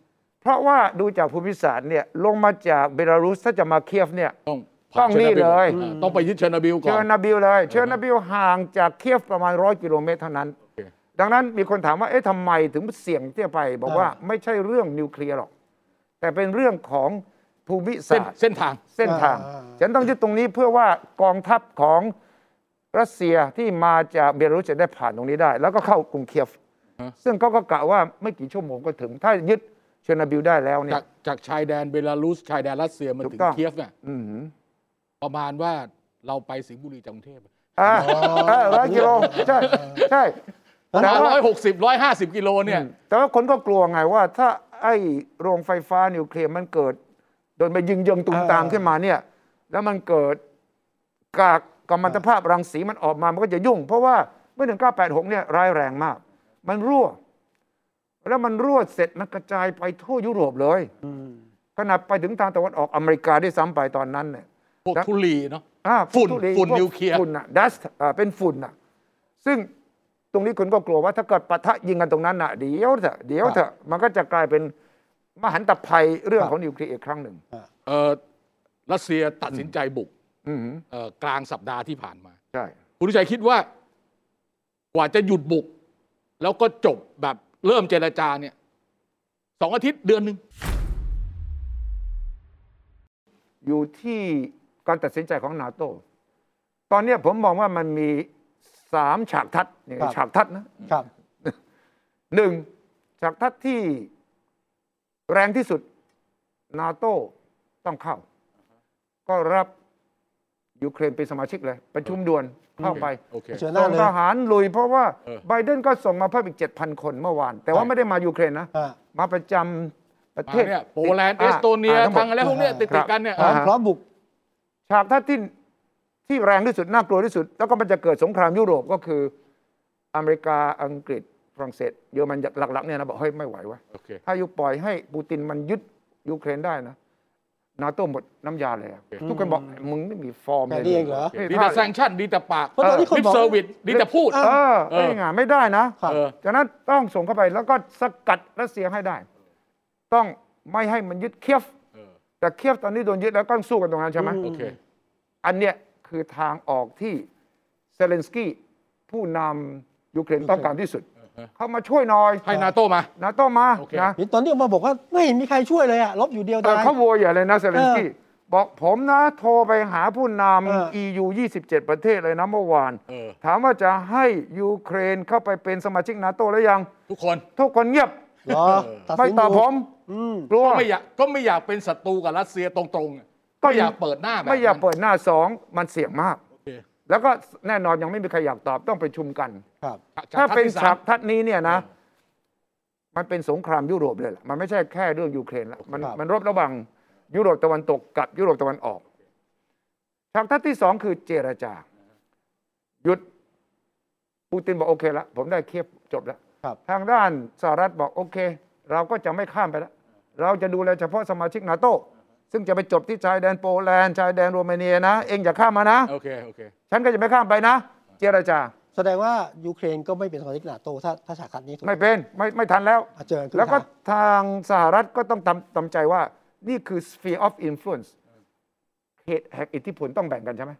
[SPEAKER 3] เพราะว่าดูจากภูมิศาสตร์เนี่ยลงมาจากเบลารุสถ้าจะมาเคียฟเนี่ย
[SPEAKER 2] ต้อง
[SPEAKER 3] ต้องนี่เลย
[SPEAKER 2] อ่าต้องไปยึดเชอร์โนบิลก่
[SPEAKER 3] เช
[SPEAKER 2] อ
[SPEAKER 3] อน ร์นาบิลเลย เชอร์นาบิลห่างจากเคียฟประมาณร้อยกิโลเมตรเท่านั้น
[SPEAKER 2] โอเค
[SPEAKER 3] ดังนั้นมีคนถามว่า เอ๊ะทำไมถึงเสี่ยงที่จะไป บอกว่า
[SPEAKER 1] อ่า
[SPEAKER 3] ไม่ใช่เรื่องนิวเคลียร์หรอก แต่เป็นเรื่องของภูมิ
[SPEAKER 2] เส้น
[SPEAKER 3] ศาสตร์
[SPEAKER 2] เส้นทาง
[SPEAKER 3] เส้นทาง
[SPEAKER 1] อ่า
[SPEAKER 3] ฉันต้องยึดตรงนี้เพื่อว่ากองทัพของรัสเซียที่มาจากเบลารุสจะได้ผ่านตรงนี้ได้ แล้วก็เข้ากรุงเคียฟ
[SPEAKER 2] ฮะ
[SPEAKER 3] ซึ่งเขาก็กะว่าไม่กี่ชั่วโมงก็ถึง ถ้ายึดเชอร์นาบิลได้แล้วเนี่
[SPEAKER 2] จาย กจากชายแดนเบลารุสชายแดนรัสเซียมา
[SPEAKER 3] ถู
[SPEAKER 2] ถึ
[SPEAKER 3] ก
[SPEAKER 2] ง
[SPEAKER 3] ต้อง
[SPEAKER 2] เคียฟเนี่ย
[SPEAKER 3] อืม
[SPEAKER 2] ประมาณว่า เราไปสิงห์บุรีจากกรุงเทพ
[SPEAKER 3] อ่าร้อยกิโลใช่ใช่แต่ว่า
[SPEAKER 2] ร้อยหกสิบร้อยห้าสิบกิโลเนี่ย
[SPEAKER 3] แต่ว่าคนก็กลัวไงว่า ถ้าไอ้โรงไฟฟ้านิวเคลียร์มันเกิด โดนไปยิงเยิงตุมตามขึ้นมาเนี่ย แล้วมันเกิดกากกัมมันตภาพรังสีมันออกมามันก็จะยุ่ง เพราะว่าเมื่อ 1986 เนี่ยร้ายแรงมาก มันรั่ว แล้วมันรั่วเสร็จมันกระจายไปทั่วยุโรปเลยขนาดไปถึงทางตะวันออกอเมริกาด้วยซ้ำไปตอนนั้นเนี่ย
[SPEAKER 2] พวก
[SPEAKER 3] นะ
[SPEAKER 2] ทุลีเนาะ
[SPEAKER 3] อ่า
[SPEAKER 2] ฝุ่น
[SPEAKER 3] ทุเรศ
[SPEAKER 2] ฝุ่น
[SPEAKER 3] พก
[SPEAKER 2] นิวเคลียร์
[SPEAKER 3] ฝุ่นอะดัสเป็นฝุ่นอะซึ่งตรงนี้คนก็กลัวว่าถ้าเกิดปะทะยิงกันตรงนั้นน่ะเดี๋ยวเถอะเดี๋ยวเถอะมันก็จะกลายเป็นมหันตภัยเรื่องของนิวเคลียร์อีกครั้งหนึ่ง
[SPEAKER 2] เอ่อรัสเซียตัดสินใจบุก
[SPEAKER 3] อือหือ
[SPEAKER 2] เอ่อกลางสัปดาห์ที่ผ่านมา
[SPEAKER 3] ใช่
[SPEAKER 2] คุณวิชัยคิดว่า กว่าจะหยุดบุก แล้วก็จบแบบเริ่มเจรจาเนี่ยสองอาทิตย์เดือนหนึ่ง
[SPEAKER 3] อยู่ที่การตัดสินใจของนาโต ตอนเนี้ยผมมองว่ามันมีสามฉากทัศน์นี่
[SPEAKER 1] ครับ
[SPEAKER 3] ฉากทัศน์นะครับ หนึ่งฉากทัศน์ที่แรงที่สุดนาโตต้องเข้า ก็รับยูเครนเป็นสมาชิกเลย ประชุมด่วนเข้าไป
[SPEAKER 2] โอเค
[SPEAKER 1] เชิญหน้า
[SPEAKER 3] ส่ง
[SPEAKER 1] เลย
[SPEAKER 3] ทหารลุยเพราะว่า
[SPEAKER 2] เออ
[SPEAKER 3] ไบเดนก็ส่งมาเพิ่มอีก 7,000 คนเมื่อวาน แต่ว่าไม่ได้มายูเครนนะ
[SPEAKER 1] อ่า
[SPEAKER 3] มาประจำประ
[SPEAKER 2] มา
[SPEAKER 3] เทศ
[SPEAKER 2] เนี่ยโปแลนด์เอสโตเนีย
[SPEAKER 3] าา
[SPEAKER 2] ทาง
[SPEAKER 3] หมด
[SPEAKER 2] อะไรพวกเนี้ยติด
[SPEAKER 3] ครั
[SPEAKER 2] ติ
[SPEAKER 3] บ
[SPEAKER 2] ดกันเนี่ย
[SPEAKER 1] พร้อม
[SPEAKER 3] อ่า
[SPEAKER 1] พร้อมบุก
[SPEAKER 3] ฉากทัศน์ที่ที่แรงที่สุดน่ากลัวที่สุด แล้วก็มันจะเกิดสงครามยุโรปก็คือ อเมริกาอังกฤษฝรั่งเศสเยอรมันหลักๆเนี่ยนะบอกเฮ้ยไม่ไหววะ
[SPEAKER 2] โอเค
[SPEAKER 3] ถ้ายุปล่อยให้ปูตินมันยึดยูเครนได้นะนาโต้หมดน้ำยาเลยอะทุกคนบอกมึงไม่มีฟอร์ม
[SPEAKER 1] แค่นี้เองเหรอ
[SPEAKER 2] ดีแต่แซง
[SPEAKER 3] ง
[SPEAKER 2] ชั่น ดีแต่ปาก
[SPEAKER 1] เพราะตอนนี้คน
[SPEAKER 2] ลิป
[SPEAKER 1] บอก
[SPEAKER 2] เซอร์วิสดีแต่พูด
[SPEAKER 3] เออ
[SPEAKER 2] เออ
[SPEAKER 3] ไอ้งาไม่ได้นะ
[SPEAKER 1] ครับ
[SPEAKER 2] เออ
[SPEAKER 3] จากนั้นต้องส่งเข้าไปแล้วก็สกัดรัสเซียให้ได้ ต้องไม่ให้มันยึดเคียฟ
[SPEAKER 2] เออ
[SPEAKER 3] แต่เคียฟตอนนี้โดนยึดแล้วก็ต้องสู้กันตรงนั้นใช่ไหม
[SPEAKER 2] โอเค
[SPEAKER 3] อันเนี้ยคือทางออกที่เซเลนสกี้ผู้นำยูเครนต้องการที่สุด
[SPEAKER 2] เออ
[SPEAKER 3] เข้ามาช่วยหน่อย
[SPEAKER 2] ให้นาโต้มา
[SPEAKER 3] นาโต้มา
[SPEAKER 2] โอเค
[SPEAKER 3] นะ
[SPEAKER 1] เห็นตอนนี้ออกมาบอกว่าไม่เห็นมีใครช่วยเลยอะลบอยู่เดียว
[SPEAKER 3] เออ
[SPEAKER 1] ดาย
[SPEAKER 3] เขาโวยใหญ่เลยนะเซเลนสกี้บอกผมนะโทรไปหาผู้น
[SPEAKER 1] เออ
[SPEAKER 3] ำ EU 27 ประเทศเลยนะเมื่อวาน
[SPEAKER 2] เออ
[SPEAKER 3] ถามว่าจะให้ยูเครนเข้าไปเป็นสมาชิกนาโต้แล้วยัง
[SPEAKER 2] ทุกคน
[SPEAKER 3] ทุกคนเงียบ
[SPEAKER 1] เหรอตัด
[SPEAKER 3] ไม่
[SPEAKER 1] สิน
[SPEAKER 3] ตอบ
[SPEAKER 1] ดู
[SPEAKER 3] ผม
[SPEAKER 1] อืม
[SPEAKER 3] กลัว
[SPEAKER 2] ก็ไม่อยากก็ไม่อยากเป็นศัตรูกับรัสเซียตรงๆอะ
[SPEAKER 3] ก็
[SPEAKER 2] ก็อยากเปิดหน้าแบบ
[SPEAKER 3] ไม่อยาก
[SPEAKER 2] นั้น
[SPEAKER 3] เปิดหน้าสองมันเสี่ยงมาก
[SPEAKER 2] โอเค
[SPEAKER 3] แล้วก็แน่นอนยังไม่มีใครอยากตอบต้องประชุมกัน
[SPEAKER 1] ครับ
[SPEAKER 2] ฉก
[SPEAKER 3] ถ้าเป็น
[SPEAKER 2] ที่สม
[SPEAKER 3] ฉากทัศน์นี้เนี่ยนะ
[SPEAKER 2] เออ
[SPEAKER 3] มันเป็นสงครามยุโรปเลยล่ะมันไม่ใช่แค่เรื่องยูเครนละมัน
[SPEAKER 1] ครับ
[SPEAKER 3] มันรบระหว่างยุโรปตะวันตกกับยุโรปตะวันออกฉากทัศน์ที่สองคือเจรจา หยุดปูตินบอกโอเคละผมได้เคียบจบแล้ว
[SPEAKER 1] ครับ
[SPEAKER 3] ทางด้านสหรัฐบอกโอเค เราก็จะไม่ข้ามไปแล้วเราจะดูแลเฉพาะสมาชิกนาโต้ซึ่งจะไปจบที่ชายแดนโปแลนด์ชายแดนโรมาเนียนะ เองอย่าข้ามมานะ
[SPEAKER 2] โอเค โอเค
[SPEAKER 3] ฉันก็จะไม่ข้ามไปนะ เจรจา
[SPEAKER 1] แสดงว่ายูเครนก็ไม่เป็นสมาชิกนาโตถ้าถ้าฉากคัดนี้ถูก
[SPEAKER 3] ไม่เป็นไม่ไม่ทันแล้ว
[SPEAKER 1] อ่ะเจอขึ้น
[SPEAKER 3] แล้วก็
[SPEAKER 1] ทาง
[SPEAKER 3] ทางสหรัฐก็ต้องทำทำใจว่านี่คือ sphere of influence เขตแห่งอิทธิพลต้องแบ่งกันใช่ไหม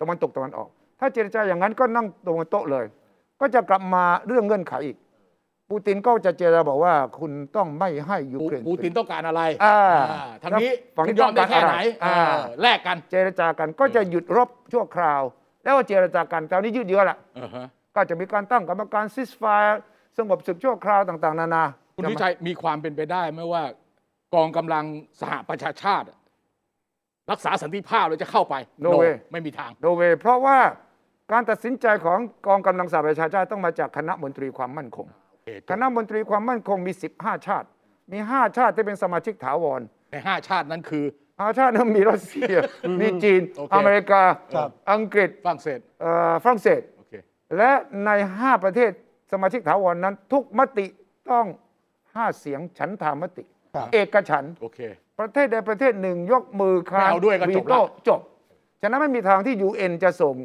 [SPEAKER 3] ตะวันตกตะวันออก ถ้าเจรจาอย่างนั้นก็นั่งตรงโต๊ะเลย ก็จะกลับมาเรื่องเงื่อนไขอีก ปูตินก็จะเจรจาบอกว่าคุณต้องไม่ให้ยู
[SPEAKER 2] ปู
[SPEAKER 3] เครน
[SPEAKER 2] ปูตินต้องการอะไร
[SPEAKER 3] อ่า
[SPEAKER 2] อ่าทางนี้
[SPEAKER 3] แล้วฝั่งนี้
[SPEAKER 2] คุณยอมได้แค่ไหน
[SPEAKER 3] อ่า
[SPEAKER 2] เออแลกกัน
[SPEAKER 3] เจรจากันก็จะหยุดรบชั่วคราว แล้วก็เจรจากันคราวนี้ยืดเยื้อละ
[SPEAKER 2] เออฮะ
[SPEAKER 3] ก็จะมีการตั้งกรรมการซิสไฟสงบศึกชั่วคราวต่าง ๆ นานา
[SPEAKER 2] คุณวิชัยมีความเป็นไปได้ไหมว่ากองกำลังสหประชาชาติอะรักษาสันติภาพแล้วจะเข้าไป
[SPEAKER 3] โนเว
[SPEAKER 2] ไม่มีทาง
[SPEAKER 3] โนเวย์เพราะว่าการตัดสินใจของกองกำลังสหประชาชาติต้องมาจากคณะมนตรีความมั่นคง คณะมนตรีความมั่นคงมี 15 ชาติ มี 5 ชาติที่เป็นสมาชิกถาวร
[SPEAKER 2] ในห้าชาตินั้นคือ
[SPEAKER 3] ห้าชาตินั้นมีรัสเซีย มีจีน
[SPEAKER 2] โอเค
[SPEAKER 3] อเมริกา
[SPEAKER 1] ครับ
[SPEAKER 3] อังกฤษ
[SPEAKER 2] ฝรั่งเศส
[SPEAKER 3] เอ่อฝรั่งเศส
[SPEAKER 2] โอเค
[SPEAKER 3] และใน 5 ประเทศสมาชิกถาวรนั้น ทุกมติต้อง 5 เสียงฉันทามติ
[SPEAKER 1] ครับ
[SPEAKER 3] เอกฉันท์
[SPEAKER 2] โอเค
[SPEAKER 3] ประเทศใดประเทศหนึ่งยกมือค้า
[SPEAKER 2] ไม่
[SPEAKER 3] น
[SPEAKER 2] เอาด้วยก็จบละ
[SPEAKER 3] โต้จบ ฉะนั้นไม่มีทางที่ UN จะส่ง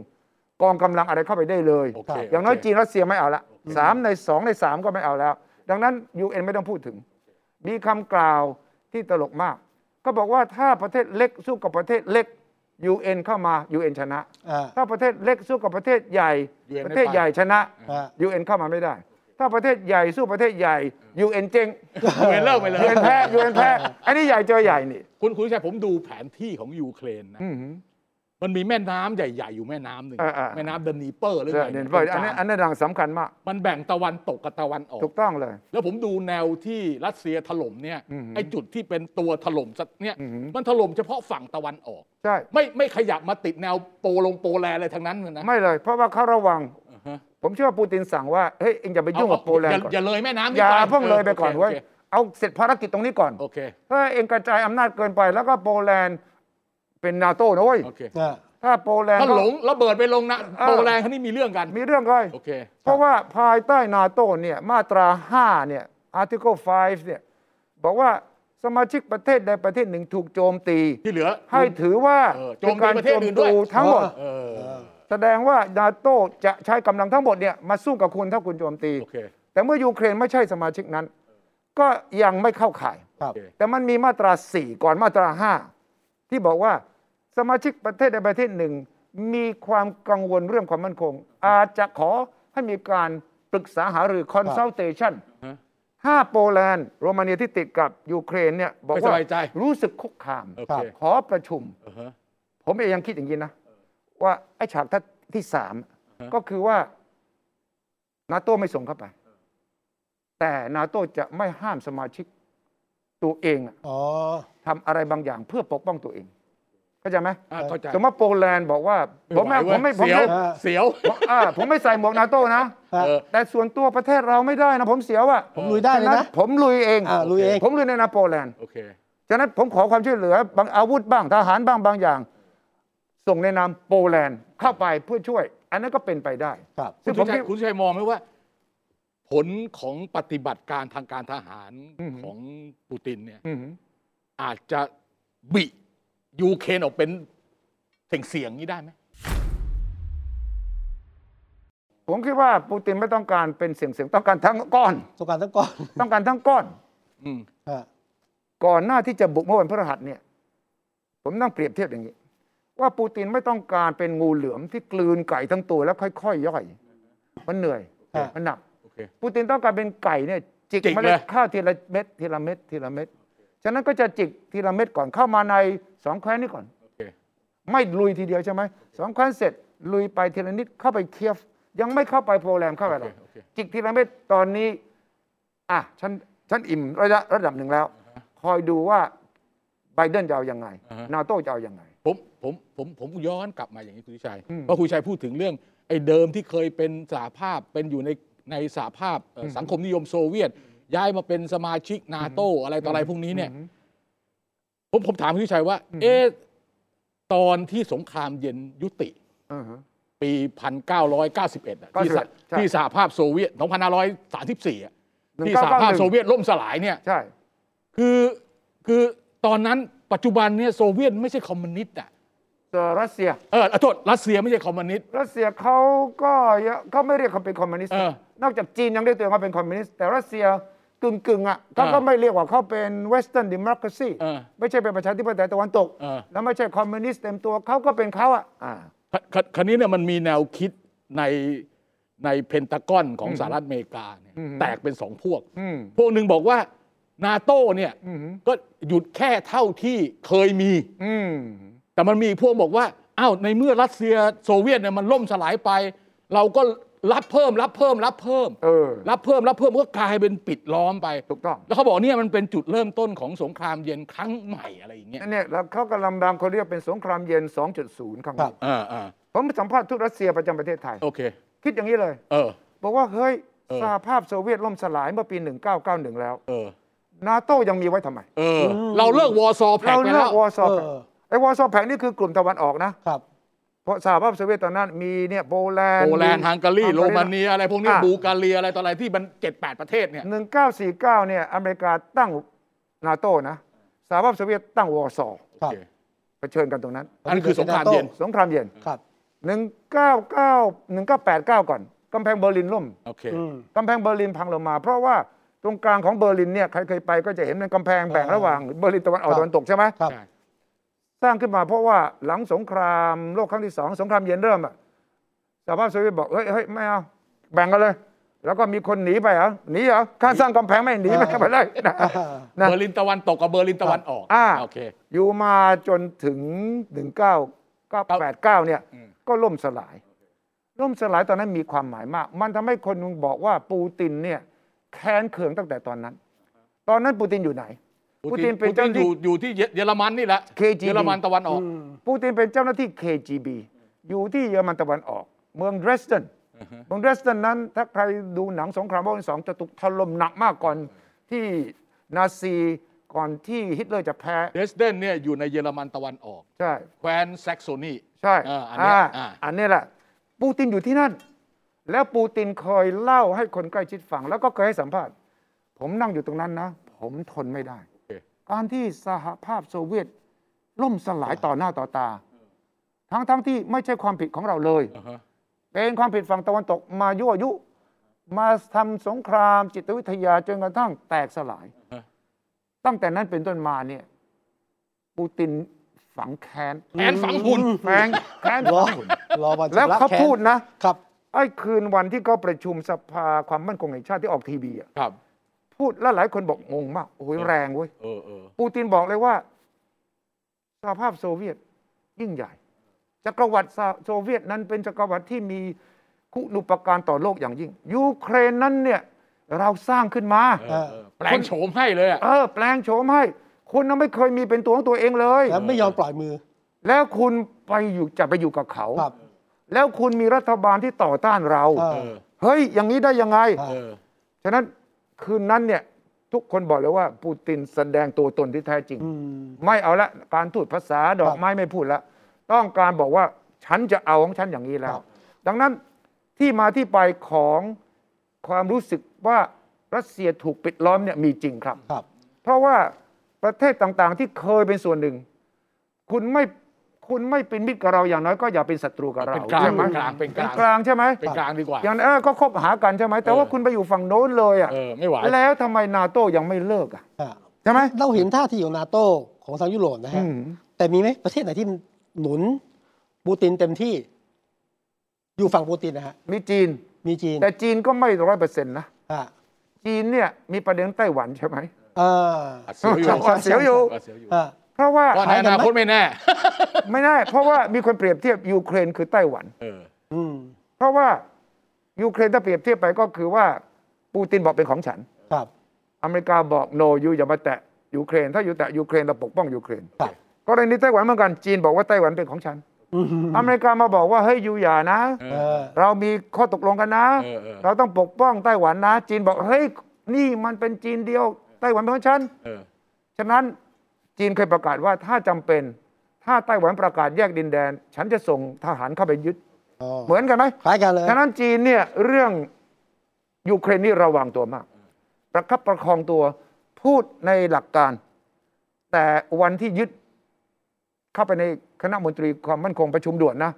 [SPEAKER 3] กองกำลังอะไรเข้าไปได้เลย
[SPEAKER 2] โอเค
[SPEAKER 3] อย่างน้อย
[SPEAKER 2] โเค
[SPEAKER 3] จีนรัสเซียไม่เอาละสามในสองในสามก็ไม่เอาแล้ว ดังนั้น UN ไม่ต้องพูดถึง มีคำกล่าวที่ตลกมาก ก็บอกว่าถ้าประเทศเล็กสู้กับประเทศเล็ก UN เข้ามา UN ชนะ
[SPEAKER 1] อ่า
[SPEAKER 3] ถ้าประเทศเล็กสู้กับประเทศใหญ่
[SPEAKER 2] UN
[SPEAKER 3] ประเทศใหญ่ชนะ
[SPEAKER 1] อ่า
[SPEAKER 3] UN เข้ามาไม่ได้ ถ้าประเทศใหญ่สู้ประเทศใหญ่ UN เจ๊ง
[SPEAKER 2] เว้นเลิกไปเลย
[SPEAKER 3] UN แพ้ UN แพ้อันนี้ใหญ่เจอใหญ่นี่
[SPEAKER 2] คุณคุณวิชัยผมดูแผนที่ของยูเครนนะ
[SPEAKER 3] อื้อหือ
[SPEAKER 2] มัน มันมีแม่น้ำใหญ่ ๆ อยู่แม่น้ำหนึ่ง
[SPEAKER 3] เออเออ
[SPEAKER 2] แม่น้ำเดนีเปอร์หรือไง
[SPEAKER 3] เนี่ย
[SPEAKER 2] ย
[SPEAKER 3] เพราะอันนี้อันนี้ดังสำคัญมาก
[SPEAKER 2] มันแบ่งตะวันตกกับตะวันออก
[SPEAKER 3] ถูกต้องเลย
[SPEAKER 2] แล้วผมดูแนวที่รัสเซียถล่มเนี่ย
[SPEAKER 3] อือหือ
[SPEAKER 2] ไอ้จุดที่เป็นตัวถล่มสักเนี่ย
[SPEAKER 3] อือหือ
[SPEAKER 2] มันถล่มเฉพาะฝั่งตะวันออก
[SPEAKER 3] ใช่
[SPEAKER 2] ไม่ไม่ขยับมาติดแนวโปลงโปแลนด์อะไรทั้งนั้นเลยนะ
[SPEAKER 3] ไม่เลย เพราะว่าเขาระวัง
[SPEAKER 2] อ่าฮะ
[SPEAKER 3] ผมเชื่อว่าปูตินสั่งว่า เฮ้ยเอ็งอย่าไปยุ่งกับ
[SPEAKER 2] เอา
[SPEAKER 3] โปแลน
[SPEAKER 2] อย่า
[SPEAKER 3] ด์ก่อน
[SPEAKER 2] อย่าเลยแม่น้ำนี่
[SPEAKER 3] อย่า
[SPEAKER 2] ไป
[SPEAKER 3] เพิ่งเลยไปก่อน
[SPEAKER 2] โค
[SPEAKER 3] เว้ย เอาเสร็จภารกิจตรงนี้ก่อน
[SPEAKER 2] โอเค
[SPEAKER 3] เฮ้ยเอ็งกระจายอำนาจเกินไป แล้วก็โปแลนด์เป็นนาโต้นะเว้ย
[SPEAKER 2] โอเค
[SPEAKER 1] อ่า
[SPEAKER 3] ถ้าโปแลนด์
[SPEAKER 2] ถ้าหล
[SPEAKER 3] เขา
[SPEAKER 2] งระเบิดไปลงนะ
[SPEAKER 3] เออ
[SPEAKER 2] โปแลนด์เขานี่มีเรื่องกัน
[SPEAKER 3] มีเรื่องเลย
[SPEAKER 2] โอเค
[SPEAKER 3] เพราะว่าภายใต้นาโต้เนี่ยมาตรา 5 เนี่ย Article 5 เนี่ย บอกว่าสมาชิกประเทศใดประเทศหนึ่งถูกโจมตี
[SPEAKER 2] ที่เหลือ
[SPEAKER 3] ให้ถือว่า
[SPEAKER 2] เออโจ
[SPEAKER 3] เป็
[SPEAKER 2] ม
[SPEAKER 3] น
[SPEAKER 2] ตี
[SPEAKER 3] การ
[SPEAKER 2] ประเท
[SPEAKER 3] โจ
[SPEAKER 2] ศ
[SPEAKER 3] ม
[SPEAKER 2] อื่นด้
[SPEAKER 3] ตู
[SPEAKER 2] วย
[SPEAKER 3] ทั้งหมด
[SPEAKER 2] เออ
[SPEAKER 3] แสดงว่านาโต้จะใช้กำลังทั้งหมดเนี่ยมาสู้กับคุณถ้าคุณโจมตี
[SPEAKER 2] โอเค
[SPEAKER 3] แต่เมื่อยูเครนไม่ใช่สมาชิกนั้น ก็ยังไม่เข้าข่าย
[SPEAKER 1] ครับ
[SPEAKER 2] โอเค
[SPEAKER 3] แต่มันมีมาตรา 4 ก่อนมาตรา 5 ที่บอกว่าสมาชิกประเทศใดประเทศหนึ่ง มีความกังวลเรื่องความมั่นคง อาจจะขอให้มีการปรึกษาหารือ consultation
[SPEAKER 2] ฮะ
[SPEAKER 3] ถ้าโปแลนด์โรมาเนียที่ติดกับยูเครนเนี่ยบอก
[SPEAKER 2] ไม่
[SPEAKER 3] ว่า
[SPEAKER 2] สบายใจ
[SPEAKER 3] รู้สึกคุกคาม
[SPEAKER 2] โอเค
[SPEAKER 3] ขอประชุม
[SPEAKER 2] อ่าฮะ
[SPEAKER 3] ผมเองยังคิดอย่างนี้นะ ว่าไอ้ฉากทัศน์ที่สาม
[SPEAKER 2] ฮะ
[SPEAKER 3] ก็คือว่านาโต้ไม่ส่งเข้าไป แต่นาโต้จะไม่ห้ามสมาชิกตัวเองอะ
[SPEAKER 1] อ๋อ
[SPEAKER 3] ทำอะไรบางอย่างเพื่อปกป้องตัวเอง เข้าใจไหม
[SPEAKER 2] อ่ะเข้าใจ
[SPEAKER 3] สมมติโปแลนด์บอกว่า ผมไม่
[SPEAKER 2] ไหว
[SPEAKER 3] ผ
[SPEAKER 2] เว้ย
[SPEAKER 3] มไม่ผม
[SPEAKER 2] เสียว
[SPEAKER 3] ไม่
[SPEAKER 1] อ่า
[SPEAKER 2] เสียว
[SPEAKER 3] ผมอ่าผมไม่ใส่หมวกนาโต้นะ
[SPEAKER 1] อ่ะ
[SPEAKER 2] เออ
[SPEAKER 3] แต่ส่วนตัวประเทศเราไม่ได้นะผมเสียวอะ
[SPEAKER 1] ผมลุยได้เลย
[SPEAKER 3] ฉ
[SPEAKER 1] นะ
[SPEAKER 3] ผมลุยเอง
[SPEAKER 1] อ่าลุยเอง
[SPEAKER 3] ผมลุยในนาโปแลนด์
[SPEAKER 2] โอเค
[SPEAKER 3] ฉะนั้นผมขอความช่วยเหลือบางอาวุธบ้างทหารบ้างบางอย่าง ส่งในนามโปแลนด์เข้าไปเพื่อช่วย อันนั้นก็เป็นไปได้
[SPEAKER 1] ครับ
[SPEAKER 3] ซึ่
[SPEAKER 2] คุ
[SPEAKER 3] ง
[SPEAKER 2] ณ
[SPEAKER 3] ผ
[SPEAKER 2] ชัย
[SPEAKER 3] มคิด
[SPEAKER 2] คุณชัยมองไหมว่า ผลของปฏิบัติการทางการทหาร
[SPEAKER 3] อือหือ
[SPEAKER 2] ของปูตินเนี่ย
[SPEAKER 3] อือหือ
[SPEAKER 2] อาจจะบิยูเครนออกเป็นเสียงๆนี้ได้ไหม
[SPEAKER 3] ผมคิดว่าปูตินไม่ต้องการเป็นเสียงเสียงต้องการทั้งก้อน
[SPEAKER 1] สงการทั้งก่อน
[SPEAKER 3] ต้องการทั้งก้อน
[SPEAKER 2] อืม
[SPEAKER 1] อ่ะ
[SPEAKER 3] ก่อนหน้าที่จะบุกเมื่อวันพฤหัสเนี่ย ผมนั่งเปรียบเทียบอย่างนี้ ว่าปูตินไม่ต้องการเป็นงูเหลือมที่กลืนไก่ทั้งตัวแล้วค่อยๆย่อย มันเหนื่อย
[SPEAKER 1] อ่ะ
[SPEAKER 3] มันหนัก
[SPEAKER 2] โอเค
[SPEAKER 3] ปูตินต้องการเป็นไก่เนี่ยจิก
[SPEAKER 2] จิก
[SPEAKER 3] เมล็
[SPEAKER 2] เล
[SPEAKER 3] ด
[SPEAKER 2] ย
[SPEAKER 3] ข้าวทีละเม็ดทีละเม็ดทีละเม็ดฉะนั้นก็จะจิกทีละเม็ดก่อนเข้ามาในสองแคว้นนี้ก่อน
[SPEAKER 2] โอเค
[SPEAKER 3] ไม่ลุยทีเดียวใช่ไหมสองแคว้นเสร็จ ลุยไปทีละนิดเข้าไปเคียฟ ยังไม่เข้าไปโปแลนด์เข้าไปหรอก
[SPEAKER 2] โอเค
[SPEAKER 3] จิกทีละเม็ดตอนนี้ อ่ะฉันฉันอิ่มระยะระดับหนึ่งแล้ว คอยดูว่าไบเดนจะเอายังไง
[SPEAKER 2] อ่าฮะ
[SPEAKER 3] นาโต้จะเอายังไง
[SPEAKER 2] ผมผมผมผมย้อนกลับมาอย่างนี้คุณวิชัย
[SPEAKER 3] อืม
[SPEAKER 2] เพราะคุณวิชัยพูดถึงเรื่อง ไอ้เดิมที่เคยเป็นสหภาพเป็นอยู่ในในสหภาพเอ่ออ
[SPEAKER 3] ม
[SPEAKER 2] สังคมนิยมโซเวียต ย้ายมาเป็นสมาชิกนาโตอะไรต่ออะไรพวกนี้เนี่ย
[SPEAKER 3] อืม
[SPEAKER 2] ผมผมถามคุณวิชัยว่า
[SPEAKER 3] อืม
[SPEAKER 2] เอ๊ะตอนที่สงครามเย็นยุติ
[SPEAKER 3] อือฮะ
[SPEAKER 2] ปี 1991อะที่สห
[SPEAKER 3] 91ใช่
[SPEAKER 2] ที่สหภาพโซเวียต2534อะ
[SPEAKER 3] หนึ่ง
[SPEAKER 2] ที่
[SPEAKER 3] เก้า
[SPEAKER 2] สห
[SPEAKER 3] เก้าห
[SPEAKER 2] ภาพ
[SPEAKER 3] นึ่ง
[SPEAKER 2] โซเวียตล่มสลายเนี่ย
[SPEAKER 3] ใช่
[SPEAKER 2] คือคือตอนนั้นปัจจุบันเนี่ยโซเวียตไม่ใช่คอมมิวนิสต์อ่ะ
[SPEAKER 3] แต่รัสเซีย
[SPEAKER 2] เอออ่ะโทษรัสเซียไม่ใช่คอมมิวนิสต์
[SPEAKER 3] รัสเซียเขาก็ยังเขาไม่เรียกเขาเป็นคอมมิวนิสต์
[SPEAKER 2] เออ
[SPEAKER 3] นอกจากจีนยังเรียกตัวเองว่าเป็นคอมมิวนิสต์แต่รัสเซียกึ่งกึ่งๆอ่ะเขาก็ไม่เรียกว่าเขาเป็นเวสเทิร์นดิม c ค a ซี
[SPEAKER 2] เออ
[SPEAKER 3] ไม่ใช่เป็นประชาธิปไตยตะวันตก
[SPEAKER 2] เออ
[SPEAKER 3] แล้วไม่ใช่คอมมิวนิสต์เต็มตัวเขาก็เป็นเขาอ่ะอ่า
[SPEAKER 2] คคคันนี้เนี่ยมันมีแนวคิดในในเพนตากอนของสหรัฐอเมริกาเนี่ย
[SPEAKER 3] อืม
[SPEAKER 2] แตกเป็นสองพวก
[SPEAKER 3] อืม
[SPEAKER 2] พวกหนึ่งบอกว่านาโต้เนี่ย
[SPEAKER 3] อืม
[SPEAKER 2] ก็หยุดแค่เท่าที่เคยมี
[SPEAKER 3] อืม
[SPEAKER 2] แต่มันมีอีกพวกบอกว่าอ้าวในเมื่อรัสเซียโซเวียตเนี่ยมันล่มสลายไป เราก็รับเพิ่มรับเพิ่มรับเพิ่ม
[SPEAKER 3] เออ
[SPEAKER 2] รับเพิ่มรับเพิ่มก็กลายเป็นปิดล้อมไป
[SPEAKER 3] ถูกต้อง
[SPEAKER 2] แล้วเขาบอกเนี่ยมันเป็นจุดเริ่มต้นของสงครามเย็นครั้งใหม่อะไรอย่างเงี้ย
[SPEAKER 3] นั่นเนี่ยแล้วเขากำลังบางคนเรียกเป็นสงครามเย็น 2.0 ครั้ง
[SPEAKER 1] ครั
[SPEAKER 3] นี้
[SPEAKER 1] บ
[SPEAKER 2] อ่าอ่า
[SPEAKER 3] ผมไปสัมภาษณ์ทูตรัสเซียประจำประเทศไทย
[SPEAKER 2] โอเค
[SPEAKER 3] คิดอย่างนี้เลย
[SPEAKER 2] เออ
[SPEAKER 3] บอกว่าเฮ้ย
[SPEAKER 2] เออ
[SPEAKER 3] สหภาพโซเวียตล่มสลายเมื่อปี 1991 แล้ว
[SPEAKER 2] เออ
[SPEAKER 3] นาโต้ยังมีไว้ทำไม
[SPEAKER 2] เออ เราเลิกวอร์ซอว์แพ็
[SPEAKER 3] เรา
[SPEAKER 2] กไป
[SPEAKER 3] เลื
[SPEAKER 2] แล้
[SPEAKER 3] อก
[SPEAKER 2] ว
[SPEAKER 3] วอร์ซอ
[SPEAKER 1] เอ
[SPEAKER 3] ว์แพ็ค
[SPEAKER 1] อ
[SPEAKER 3] ไอ้วอร์ซอว์แพ็กนี่คือกลุ่มตะวันออกนะ
[SPEAKER 1] ครับ
[SPEAKER 3] เพราะสหภาพโซเวียตตอนนั้นมีเนี่ยโปแลนด์
[SPEAKER 2] โปแลนด์ฮังการีโรมาเนียอะไรพวกนี้
[SPEAKER 3] อ่ะ
[SPEAKER 2] บูการเรียอะไรต่ออะไรที่มันเจ็ดแปดประเทศเนี่ย
[SPEAKER 3] หนึ่งเก้าสี่เก้าเนี่ยอเมริกาตั้งนาโต้นะสหภาพโซเวียตตั้งวอร์ซอว์
[SPEAKER 1] ครับ
[SPEAKER 2] โอเค
[SPEAKER 3] เผชิญกันตรงนั้น
[SPEAKER 2] อันนี้คือสงครามเย็น
[SPEAKER 3] สงครามเย็น
[SPEAKER 1] ครับ
[SPEAKER 3] หนึ่งเก้าเก้าหนึ่งเก้าแปดเก้าก่อนกำแพงเบอร์ลินล่ม
[SPEAKER 2] โอเค
[SPEAKER 1] อืม
[SPEAKER 3] กำแพงเบอร์ลินพังลงมา เพราะว่าตรงกลางของเบอร์ลินเนี่ยใครเคยไปก็จะเห็นเป็นกำแพงแบ่ง
[SPEAKER 1] อ่า
[SPEAKER 3] ระหว่างเบอร์ลินตะวันออกตะวันตกใช่ไหม
[SPEAKER 1] ครับ
[SPEAKER 3] สร้างขึ้นมาเพราะว่าหลังสงครามโลกครั้งที่สองสงครามเย็นเริ่มอะสหภาพโซเวียตบอกเฮ้ยเฮ้ยไม่เอาแบ่งกันเลย แล้วก็มีคนหนีไปเหรอหนีเหรอข้างสร้างกำแพงไม่หนีไป
[SPEAKER 1] อ่า
[SPEAKER 3] ไปเลย นะ
[SPEAKER 1] อ่า
[SPEAKER 3] นะ
[SPEAKER 2] เบอร์ลินตะวันตกกับเบอร์ลินตะวันออก
[SPEAKER 3] อ่า
[SPEAKER 2] โอเค
[SPEAKER 3] อยู่มาจนถึง 19 989 เนี่ย
[SPEAKER 2] อืม
[SPEAKER 3] ก็ล่มสลาย ล่มสลายตอนนั้นมีความหมายมาก มันทำให้คนหนึงบอกว่าปูตินเนี่ยแค้นเคืองตั้งแต่ตอนนั้น ตอนนั้นปูตินอยู่ไหน ปูตินเป็นเจ้าหน้า
[SPEAKER 2] อ
[SPEAKER 3] ที่
[SPEAKER 2] ยู่อยู่ที่เยอรมันนี่แหละ
[SPEAKER 3] KGB
[SPEAKER 2] เยอรมันตะวันออก
[SPEAKER 3] ปูตินเป็นเจ้าหน้าที่ KGB อยู่ที่เยอรมันตะวันออก เมืองเดรสเดนเมืองเดรสเดนนั้น ถ้าใครดูหนังสงครามโลกครั้งที่สองจะถูกถล่มหนักมากก่อนที่นาซีก่อนที่ฮิตเลอร์จะแพ้
[SPEAKER 2] เดสเดนเนี่ยอยู่ในเยอรมันตะวันออก
[SPEAKER 3] ใช่
[SPEAKER 2] แคว้นแซกโซนี
[SPEAKER 3] ใช่
[SPEAKER 2] เอออันเนี้ย
[SPEAKER 3] า
[SPEAKER 2] อ่า
[SPEAKER 3] อันเนี้ยแหละ ปูตินอยู่ที่นั่น แล้วปูตินเคยเล่าให้คนใกล้ชิดฟัง แล้วก็เคยให้สัมภาษณ์ ผมนั่งอยู่ตรงนั้นนะ ผมทนไม่ได้ การที่สหภาพโซเวียตล่มสลายต่อหน้าต่อตา ทั้งทั้งๆที่ไม่ใช่ความผิดของเราเลย
[SPEAKER 2] อ่าฮะ
[SPEAKER 3] เป็นความผิดฝั่งตะวันตกมายั่วยุ มาทำสงครามจิตวิทยาจนกระทั่งแตกสลาย ตั้งแต่นั้นเป็นต้นมาเนี่ย ปูตินฝังแค้น
[SPEAKER 2] แอนฝังหุ่น
[SPEAKER 3] แฝงแค้น
[SPEAKER 1] รอ
[SPEAKER 3] ฝัง
[SPEAKER 1] รอวัน
[SPEAKER 3] แล้วเขาพูดนะ
[SPEAKER 1] ครับ
[SPEAKER 3] ไอ้คืนวันที่เขาประชุมสภาความมั่นคงแห่งชาติที่ออกทีวีอะ
[SPEAKER 2] ครับ
[SPEAKER 3] พูดแล้วหลายคนบอกงงมาก โอ้ย
[SPEAKER 2] เออ
[SPEAKER 3] แรงเว้ย
[SPEAKER 2] เออเออ
[SPEAKER 3] ปูตินบอกเลยว่าสหภาพโซเวียตยิ่งใหญ่ จักรวรรดิสหโซเวียตนั้นเป็นจักรวรรดิที่มีคุณูปการต่อโลกอย่างยิ่ง ยูเครนนั้นเนี่ยเราสร้างขึ้นมา
[SPEAKER 2] เออเออแปล
[SPEAKER 3] คุ
[SPEAKER 2] ง
[SPEAKER 3] ณ
[SPEAKER 2] โฉมให้เลยอะ
[SPEAKER 3] เออ แปลงโฉมให้ คุณน่ะไม่เคยมีเป็นตัวของตัวเองเลย
[SPEAKER 1] แล้วไม่ยอมปล่อยมือ
[SPEAKER 3] แล้วคุณไปอยู่จะไปอยู่กับเขา
[SPEAKER 1] ครับ
[SPEAKER 3] แล้วคุณมีรัฐบาลที่ต่อต้านเรา
[SPEAKER 1] เอ
[SPEAKER 2] เอ
[SPEAKER 1] อ
[SPEAKER 2] อ
[SPEAKER 3] เฮ้ย อย่างนี้ได้ยังไง
[SPEAKER 1] ครับ
[SPEAKER 2] เออ
[SPEAKER 3] ฉะนั้นคืนนั้นเนี่ยทุกคนบอกเลยว่าปูตินแสดงตัวตนที่แท้จริง
[SPEAKER 1] อืม
[SPEAKER 3] ไม่เอาละการทูดภาษาด
[SPEAKER 1] ค
[SPEAKER 3] อก
[SPEAKER 1] รับ
[SPEAKER 3] ไม้ไม่พูดละต้องการบอกว่าฉันจะเอาของฉันอย่างนี้แล้ว
[SPEAKER 1] ครับ
[SPEAKER 3] ดังนั้นที่มาที่ไปของความรู้สึกว่ารัสเซียถูกปิดล้อมเนี่ยมีจริงครับ
[SPEAKER 1] ครับ
[SPEAKER 3] เพราะว่าประเทศต่างๆที่เคยเป็นส่วนหนึ่ง คุณไม่คุณไม่เป็นมิตรกับเราอย่างน้อยก็อย่าเป็นศัตรูกับเรา
[SPEAKER 2] เป็นกลาง
[SPEAKER 3] ใช่ไหม
[SPEAKER 2] เป็นกลางเป็นกลาง
[SPEAKER 3] กลางใช่ไหม
[SPEAKER 2] เป็นกลางดีกว่า
[SPEAKER 3] อย่างนั้นเออก็คบหากันใช่ไหมแต่ว่า
[SPEAKER 2] เออ
[SPEAKER 3] คุณไปอยู่ฝั่งโน้นเลยอ่ะ
[SPEAKER 2] เออไม่ไหว
[SPEAKER 3] แล้วทำไมนาโต้ยังไม่เลิกอ่ะ
[SPEAKER 1] อ่ะ
[SPEAKER 3] ใช่ไหม
[SPEAKER 1] เราเห็นท่าทีของนาโต้ของทางยุโรปนะฮะ
[SPEAKER 3] อืม
[SPEAKER 1] แต่มีไหมประเทศไหนที่หนุนปูตินเต็มที่ อยู่ฝั่งปูตินนะฮะ
[SPEAKER 3] มีจีน
[SPEAKER 1] มีจีน
[SPEAKER 3] แต่จีนก็ไม่ร้อยเปอร์เซ็นต์นะ
[SPEAKER 1] อ่ะ
[SPEAKER 3] จีนเนี่ยมีประเด็นไต้หวันใช่ไหม
[SPEAKER 1] อ่า
[SPEAKER 2] อัดเสียวอยู่
[SPEAKER 3] อัดเสียวอยู่
[SPEAKER 2] อัดเสียวอยู่
[SPEAKER 1] อ่ะ
[SPEAKER 3] เพราะว่า
[SPEAKER 2] ว่าในอนาคตไม่แน่
[SPEAKER 3] ไม่ได้เพราะว่ามีคนเปรียบเทียบยูเครนคือไต้หวัน
[SPEAKER 2] เออ
[SPEAKER 1] อืม
[SPEAKER 3] เพราะว่ายูเครนถ้าเปรียบเทียบไปก็คือว่าปูตินบอกเป็นของฉัน
[SPEAKER 1] ครับ
[SPEAKER 3] อเมริกาบอกโนยูอย่ามาแตะยูเครน ถ้าอยู่แตะยูเครนเราปกป้องยูเครน
[SPEAKER 1] ครับ
[SPEAKER 3] กรณีไต้หวันเหมือนกันจีนบอกว่าไต้หวันเป็นของฉัน
[SPEAKER 1] อืม
[SPEAKER 3] อเมริกามาบอกว่าเฮ้ยยูอย่านะ
[SPEAKER 2] เอ
[SPEAKER 1] เอ
[SPEAKER 2] อ
[SPEAKER 1] อ
[SPEAKER 3] เรามีข้อตกลงกันนะ
[SPEAKER 2] เออเออ
[SPEAKER 3] เราต้องปกป้องไต้หวันนะ จีนบอก เฮ้ย นี่มันเป็นจีนเดียว ไต้หวันเป็นของฉัน
[SPEAKER 2] เออ
[SPEAKER 3] ฉะนั้นจีนเคยประกาศว่าถ้าจำเป็น ถ้าไต้หวันประกาศแยกดินแดน ฉันจะส่งทหารเข้าไปยึด
[SPEAKER 1] อ๋อ
[SPEAKER 3] เหมือนกันไหม
[SPEAKER 1] คล้ายกันเลย
[SPEAKER 3] ฉะนั้นจีนเนี่ยเรื่องยูเครนนี่ระวังตัวมาก ประคับประคองตัวพูดในหลักการ แต่วันที่ยึดเข้าไปในคณะมนตรีความมั่นคงประชุมด่วนนะ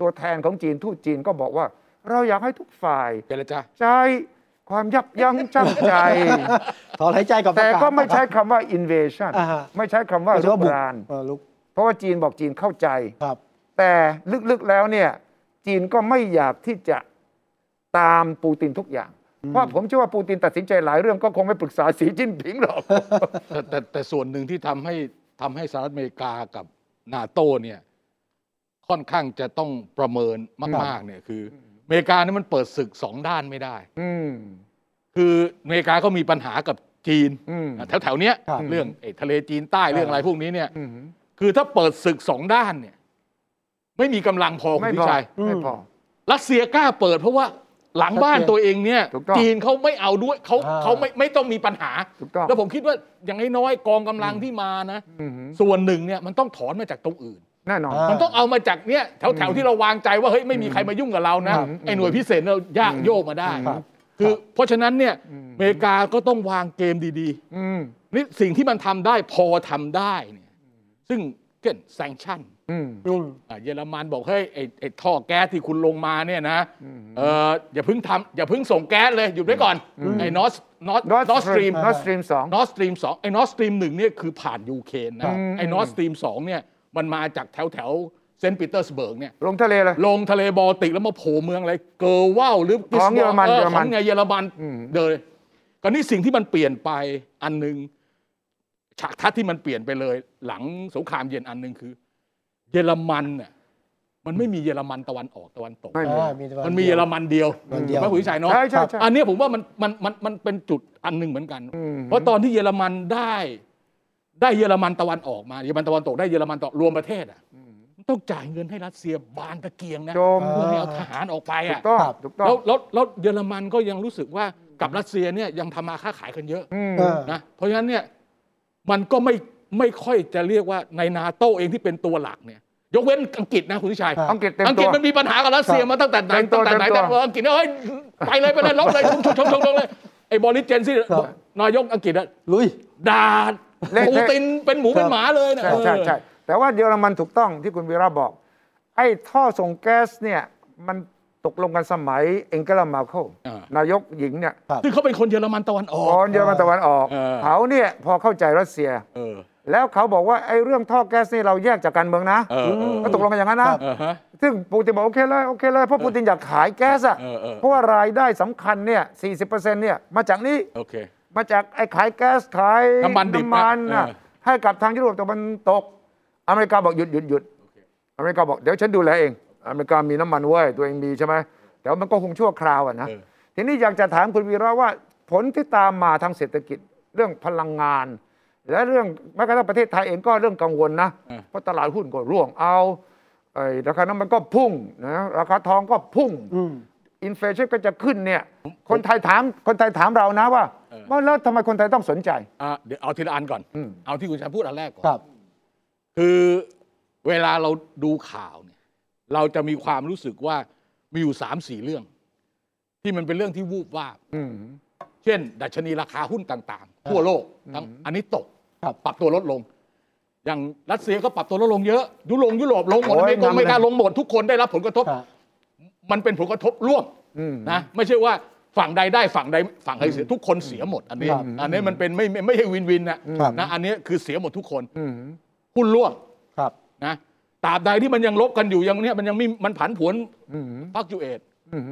[SPEAKER 3] ตัวแทนของจีนทูตจีนก็บอกว่า เราอยากให้ทุกฝ่าย
[SPEAKER 2] เจรจา
[SPEAKER 3] ใช้ความยับยั้งชั่งใจ
[SPEAKER 1] ถอนหายใจกับ
[SPEAKER 3] แต่
[SPEAKER 1] ประาศ
[SPEAKER 3] ก็ไม่ใช้คำว่า invasion
[SPEAKER 1] อ่าฮะ
[SPEAKER 3] ไม่ใช้คำว่า
[SPEAKER 1] ไม่ใช่
[SPEAKER 3] รุ
[SPEAKER 1] ว่
[SPEAKER 3] ก
[SPEAKER 1] บุก
[SPEAKER 3] ราน
[SPEAKER 1] เออลุก
[SPEAKER 3] เพราะว่าจีนบอกจีนเข้าใจ
[SPEAKER 1] ครับ
[SPEAKER 3] แต่ลึกๆแล้วเนี่ยจีนก็ไม่อยากที่จะตามปูตินทุกอย่าง เพราะผมเชื่อว่าปูตินตัดสินใจหลายเรื่องก็คงไม่ปรึกษาสีจิ้นผิงหรอก
[SPEAKER 2] แต่แต่แต่ส่วนหนึ่งที่ทำให้ทำให้สหรัฐอเมริกากับนาโตเนี่ย ค่อนข้างจะต้องประเมินมาก ๆ เนี่ยคืออเมริกานี่มันเปิดศึกสองด้านไม่ได้
[SPEAKER 3] อืม
[SPEAKER 2] คืออเมริกาก็มีปัญหากับจีน
[SPEAKER 3] อืม
[SPEAKER 2] แถวแถวๆเนี้ย
[SPEAKER 1] ครับ
[SPEAKER 2] เรื่องไอ้ทะเลจีนใต้เรื่องอะไรพวกนี้เนี่ย
[SPEAKER 3] อืม
[SPEAKER 2] คือถ้าเปิดศึกสองด้านเนี่ย ไม่มีกำลังพอคุณ
[SPEAKER 3] ไม่พ
[SPEAKER 2] พิ
[SPEAKER 3] อ
[SPEAKER 2] ชัย
[SPEAKER 3] ไม่พอ
[SPEAKER 2] รัสเซียกล้าเปิดเพราะว่าหลังบ้านตัวเองเนี่ย
[SPEAKER 3] ถูกต้อง
[SPEAKER 2] จีนเขาไม่เอาด้วยเขา
[SPEAKER 1] อ่า
[SPEAKER 2] เขาไม่ไม่ต้องมีปัญหา
[SPEAKER 3] ถูกต้อง
[SPEAKER 2] แล้วผมคิดว่าอย่างน้อยๆกองกำลังที่มานะ
[SPEAKER 3] อืม
[SPEAKER 2] ส่วนหนึ่งเนี่ยมันต้องถอนมาจากตรงอื่น
[SPEAKER 3] แน่นอน
[SPEAKER 1] อ่า
[SPEAKER 2] มันต้องเอามาจากเนี่ยแถวๆที่เราวางใจว่าเฮ้ยไม่มีใครมายุ่งกับเรานะครับไอ้หน่วยพิเศษเรายากโยกมาได้
[SPEAKER 1] ครับ
[SPEAKER 2] คือเพราะฉะนั้นเนี่ย
[SPEAKER 3] อืม
[SPEAKER 2] อเมริกาก็ต้องวางเกมดี
[SPEAKER 3] อืม
[SPEAKER 2] ๆนี่สิ่งที่มันทำได้พอทำได้เนี่ยซึ่งเก่นแซงชั่น
[SPEAKER 3] อืม
[SPEAKER 1] อืม
[SPEAKER 2] อ่ะเยอรมันบอกเฮ้ยไอ้ไอ้ท่อแก๊สที่คุณลงมาเนี่ยนะเอออย่าเพิ่งทำอย่าเพิ่งส่งแก๊สเลยหยุดไว้ก่อนไอ้นอสนอสนอสตรีม
[SPEAKER 3] Nord Stream สอง
[SPEAKER 2] นอสตรีมสองไอ้นอสตรีมหนึ่งเนี่ยคือผ่านยูเครน
[SPEAKER 3] ครั
[SPEAKER 2] นะ
[SPEAKER 3] บ
[SPEAKER 2] ไอ้นอสตรีมสองเนี่ยมันมาจากแถวแถวเซนต์ปีเตอร์สเบิร์กเนี่ย
[SPEAKER 3] ลงทะเลเลย
[SPEAKER 2] ลงทะเลบอลติกแล้วมาโผล่เมืองอะไรเกอร์ว่าหรือ
[SPEAKER 3] ของเยอรมัน
[SPEAKER 2] Gisborne
[SPEAKER 3] เยอรมัน
[SPEAKER 2] ของไงเยอรมัน
[SPEAKER 3] อืม
[SPEAKER 2] เดยก็นี่สิ่งที่มันเปลี่ยนไปอันหนึ่งฉากทัศน์ที่มันเปลี่ยนไปเลย หลังสงครามเย็นอันหนึ่งคือ เยอรมันน่ะมันไม่มีเยอรมันตะวันออกตะวันตก
[SPEAKER 3] ไม่มี
[SPEAKER 1] อ่ามีแต่วั
[SPEAKER 2] มัน น
[SPEAKER 1] เดียว
[SPEAKER 2] มีเยอรมันเดียว
[SPEAKER 1] วันเดียว
[SPEAKER 2] ถูกไหมคุณวิชัยเนาะ
[SPEAKER 3] ใช่ใช่ใช่
[SPEAKER 2] อันเนี้ยผมว่ามันมันมันมันเป็นจุดอันหนึ่งเหมือนกัน
[SPEAKER 3] อืม
[SPEAKER 2] เพราะตอนที่เยอรมันได้ ได้เยอรมันตะวันออกมาเยอรมันตะวันตกได้เยอรมันตะรวมประเทศอ่ะมันต้องจ่ายเงินให้รัสเซียบานตะเกียงนะ
[SPEAKER 3] โจม
[SPEAKER 1] อ่
[SPEAKER 2] เพื่อให้เอาทหารออกไป
[SPEAKER 3] ถู
[SPEAKER 2] อ่ะ
[SPEAKER 3] กต้อง
[SPEAKER 1] ครับ
[SPEAKER 3] ถูกต้อง
[SPEAKER 2] แล้วแล้วแล้วเยอรมันก็ยังรู้สึกว่ากับรัสเซียเนี่ยยังทำมาค้าขายกันเยอะ
[SPEAKER 3] อืม
[SPEAKER 1] เออ
[SPEAKER 2] นะเพราะฉะนั้นเนี่ยมันก็ไม่ไม่ค่อยจะเรียกว่าในนาโตเองที่เป็นตัวหลักเนี่ย ยกเว้นอังกฤษนะคุณทิชัย
[SPEAKER 1] ครับ
[SPEAKER 3] อังกฤษเต็มตัว
[SPEAKER 2] อังกฤษมันมีปัญหากับรัสเซียมาตั้งแต่ไหน
[SPEAKER 3] เต็มตั
[SPEAKER 2] ตั้
[SPEAKER 3] ว
[SPEAKER 2] งแต่ไหน
[SPEAKER 3] เต็มตัว
[SPEAKER 2] แต่ว่าอังกฤษเนี่ยเฮ้ยไปเลยไปเลยลบเลยชมชมชมชมชมเลยไอ้บริสเจนซี่
[SPEAKER 1] ครับ
[SPEAKER 2] นายกอังกฤษอะ
[SPEAKER 1] ลุย
[SPEAKER 2] ด่า
[SPEAKER 3] เละเทะ
[SPEAKER 2] ปูตินเป็นหมูเป็นหมาเลยนะ
[SPEAKER 3] ใช่ใช่
[SPEAKER 2] เออ
[SPEAKER 3] ใช่แต่ว่าเยอรมันถูกต้องที่คุณวีระบอก ไอ้ท่อส่งแก๊สเนี่ย มันตกลงกันสมัยเอ็งเกลามาเคิล
[SPEAKER 2] อ่า
[SPEAKER 3] นายกหญิงเนี่ย
[SPEAKER 2] ซึ่งเขาเป็นคนเยอรมันตะวันออ
[SPEAKER 3] ตอก นเยอรมันตะวันออก
[SPEAKER 2] เออ
[SPEAKER 3] เขาเนี่ยพอเข้าใจรัสเซีย
[SPEAKER 2] เออ
[SPEAKER 3] แล้วเขาบอกว่าไอ้เรื่องท่อแก๊สนี่เราแยกจากการเมืองนะ
[SPEAKER 2] เออเออ
[SPEAKER 3] ก็ตกลงกันอย่างนั้นนะ
[SPEAKER 2] เออฮะ
[SPEAKER 3] ซึ่งปูตินบอกโอเคเลยโอเคเลยเพราะปูตินอยากขายแก๊สอะ
[SPEAKER 2] เออเออ
[SPEAKER 3] เพราะว่ารายได้สำคัญเนี่ย40%เนี่ยมาจากนี้
[SPEAKER 2] โอเค
[SPEAKER 3] มาจากไอ้ขายแก๊สขาย
[SPEAKER 2] น้ำมันดิบ
[SPEAKER 3] มัน
[SPEAKER 2] นะ
[SPEAKER 3] น่ะ
[SPEAKER 2] เออ
[SPEAKER 3] ให้กับทางยุโรปตะวันตก อเมริกาบอกหยุดหยุดหยุดอเมริกาบอกเดี๋ยวฉันดูแลเอง อเมริกามีน้ำมันเว้ยตัวเองมีใช่ไหมแต่ว่ามันก็คงชั่วคราวอะนะ
[SPEAKER 2] เออ
[SPEAKER 3] ทีนี้อยากจะถามคุณวีระว่าผลที่ตามมาทางเศรษฐกิจเรื่องพลังงาน และเรื่องแม้กระทั่งประเทศไทยเองก็เรื่องกังวลนะ
[SPEAKER 2] เออ
[SPEAKER 3] เพราะตลาดหุ้นก็ร่วงเอาไอ้ราคาน้ำมันก็พุ่งนะราคาทองก็พุ่ง
[SPEAKER 1] อืม
[SPEAKER 3] อินเฟลชันก็จะขึ้นเนี่ย คนไทยถามคนไทยถามเรานะว่า
[SPEAKER 2] เออ
[SPEAKER 3] ว่าแล้วทำไมคนไทยต้องสนใจ
[SPEAKER 2] อ่ะเดี๋ยวเอาทีละอันก่อน
[SPEAKER 3] อืม
[SPEAKER 2] เอาที่คุณชายพูดอันแรกก่อน
[SPEAKER 1] ครับ
[SPEAKER 2] คือเวลาเราดูข่าวเนี่ย เราจะมีความรู้สึกว่ามีอยู่สามสี่เรื่อง ที่มันเป็นเรื่องที่วูบวาบ
[SPEAKER 3] อืม
[SPEAKER 2] เช่น ดัชนีราคาหุ้นต่างๆ ทั่วโลกทั้งอันนี้ตก
[SPEAKER 1] ครับ
[SPEAKER 2] ปรับตัวลดลง อย่างรัสเซียก็ปรับตัวลดลงเยอะ ยุโรปยุโรปลงหมด
[SPEAKER 3] โอ้
[SPEAKER 2] อย เมริกา
[SPEAKER 3] นั่น
[SPEAKER 2] อเมริกา
[SPEAKER 3] เลย
[SPEAKER 2] ลงหมดทุกคนได้รับผลกระทบ
[SPEAKER 1] ครับ
[SPEAKER 2] มันเป็นผลกระทบร่วม
[SPEAKER 3] อืม
[SPEAKER 2] นะไม่ใช่ว่าฝั่งใดได้ฝั่งใดฝั่งใดเสียทุกคนเสียหมด อันนี้
[SPEAKER 1] ครับ
[SPEAKER 2] อันนี้มันเป็นไม่ไม่ไม่ใช่วินวินนะครับ นะอันนี้คือเสียหมดทุกคน
[SPEAKER 3] อืม
[SPEAKER 2] หุ้นร่วง
[SPEAKER 1] ครับ
[SPEAKER 2] นะตราบใดที่มันยังลบกันอยู่ยังเนี่ยมันยังมีมันผันผวน
[SPEAKER 3] อืม
[SPEAKER 2] พักยูเอต
[SPEAKER 3] อืม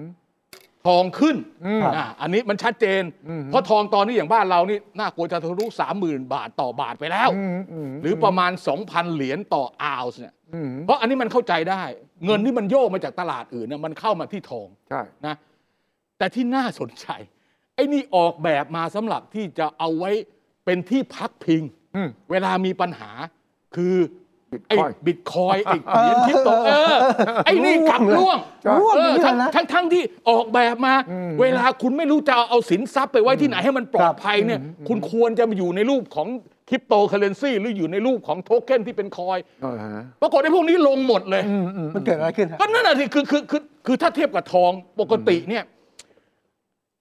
[SPEAKER 2] ทองขึ้น
[SPEAKER 3] อืม
[SPEAKER 2] อ่ะอันนี้มันชัดเจน
[SPEAKER 3] อืม
[SPEAKER 2] เพราะทองตอนนี้อย่างบ้านเรานี่น่ากลัวจะทะลุสามหมื่นบาทต่อบาทไปแล้ว
[SPEAKER 3] อืมอืม
[SPEAKER 2] หรือประมาณ 2,000 เหรียญต่ออาวส์เนี่ย
[SPEAKER 3] อืม
[SPEAKER 2] เพราะอันนี้มันเข้าใจได้ เงินที่มันโยกมาจากตลาดอื่นเนี่ยมันเข้ามาที่ทอง
[SPEAKER 3] ใช่
[SPEAKER 2] นะแต่ที่น่าสนใจ ไอ้นี่ออกแบบมาสำหรับที่จะเอาไว้เป็นที่พักพิง
[SPEAKER 3] อืม
[SPEAKER 2] เวลามีปัญหาคือ ไอ้
[SPEAKER 3] Bitcoin
[SPEAKER 2] บิตคอยน์ไอ้เหรียญคริปโตเออไอ้นี่กลับร่วง
[SPEAKER 3] ใช่ร่วง
[SPEAKER 2] เออ
[SPEAKER 1] อยู่
[SPEAKER 2] ทั้ง
[SPEAKER 1] เนี่ยนะ
[SPEAKER 2] ทั้งทั้งที่ออกแบบมา
[SPEAKER 3] อืม
[SPEAKER 2] เวลาคุณไม่รู้จะเอาสินทรัพย์ไปไว้ที่ไหนให้มันปลอดภัยเนี่ย คุณควรจะมาอยู่ในรูปของคริปโตเคอเรนซีหรืออยู่ในรูปของโทเค็นที่เป็นคอยน์
[SPEAKER 3] เออฮะ
[SPEAKER 2] ปรากฏไอ้พวกนี้ลงหมดเลย
[SPEAKER 1] มันเกิดอะไรขึ้นฮะ
[SPEAKER 2] ก็นั่นแหะสิคือคือคือคือถ้าเทียบกับทองปกติเนี่ย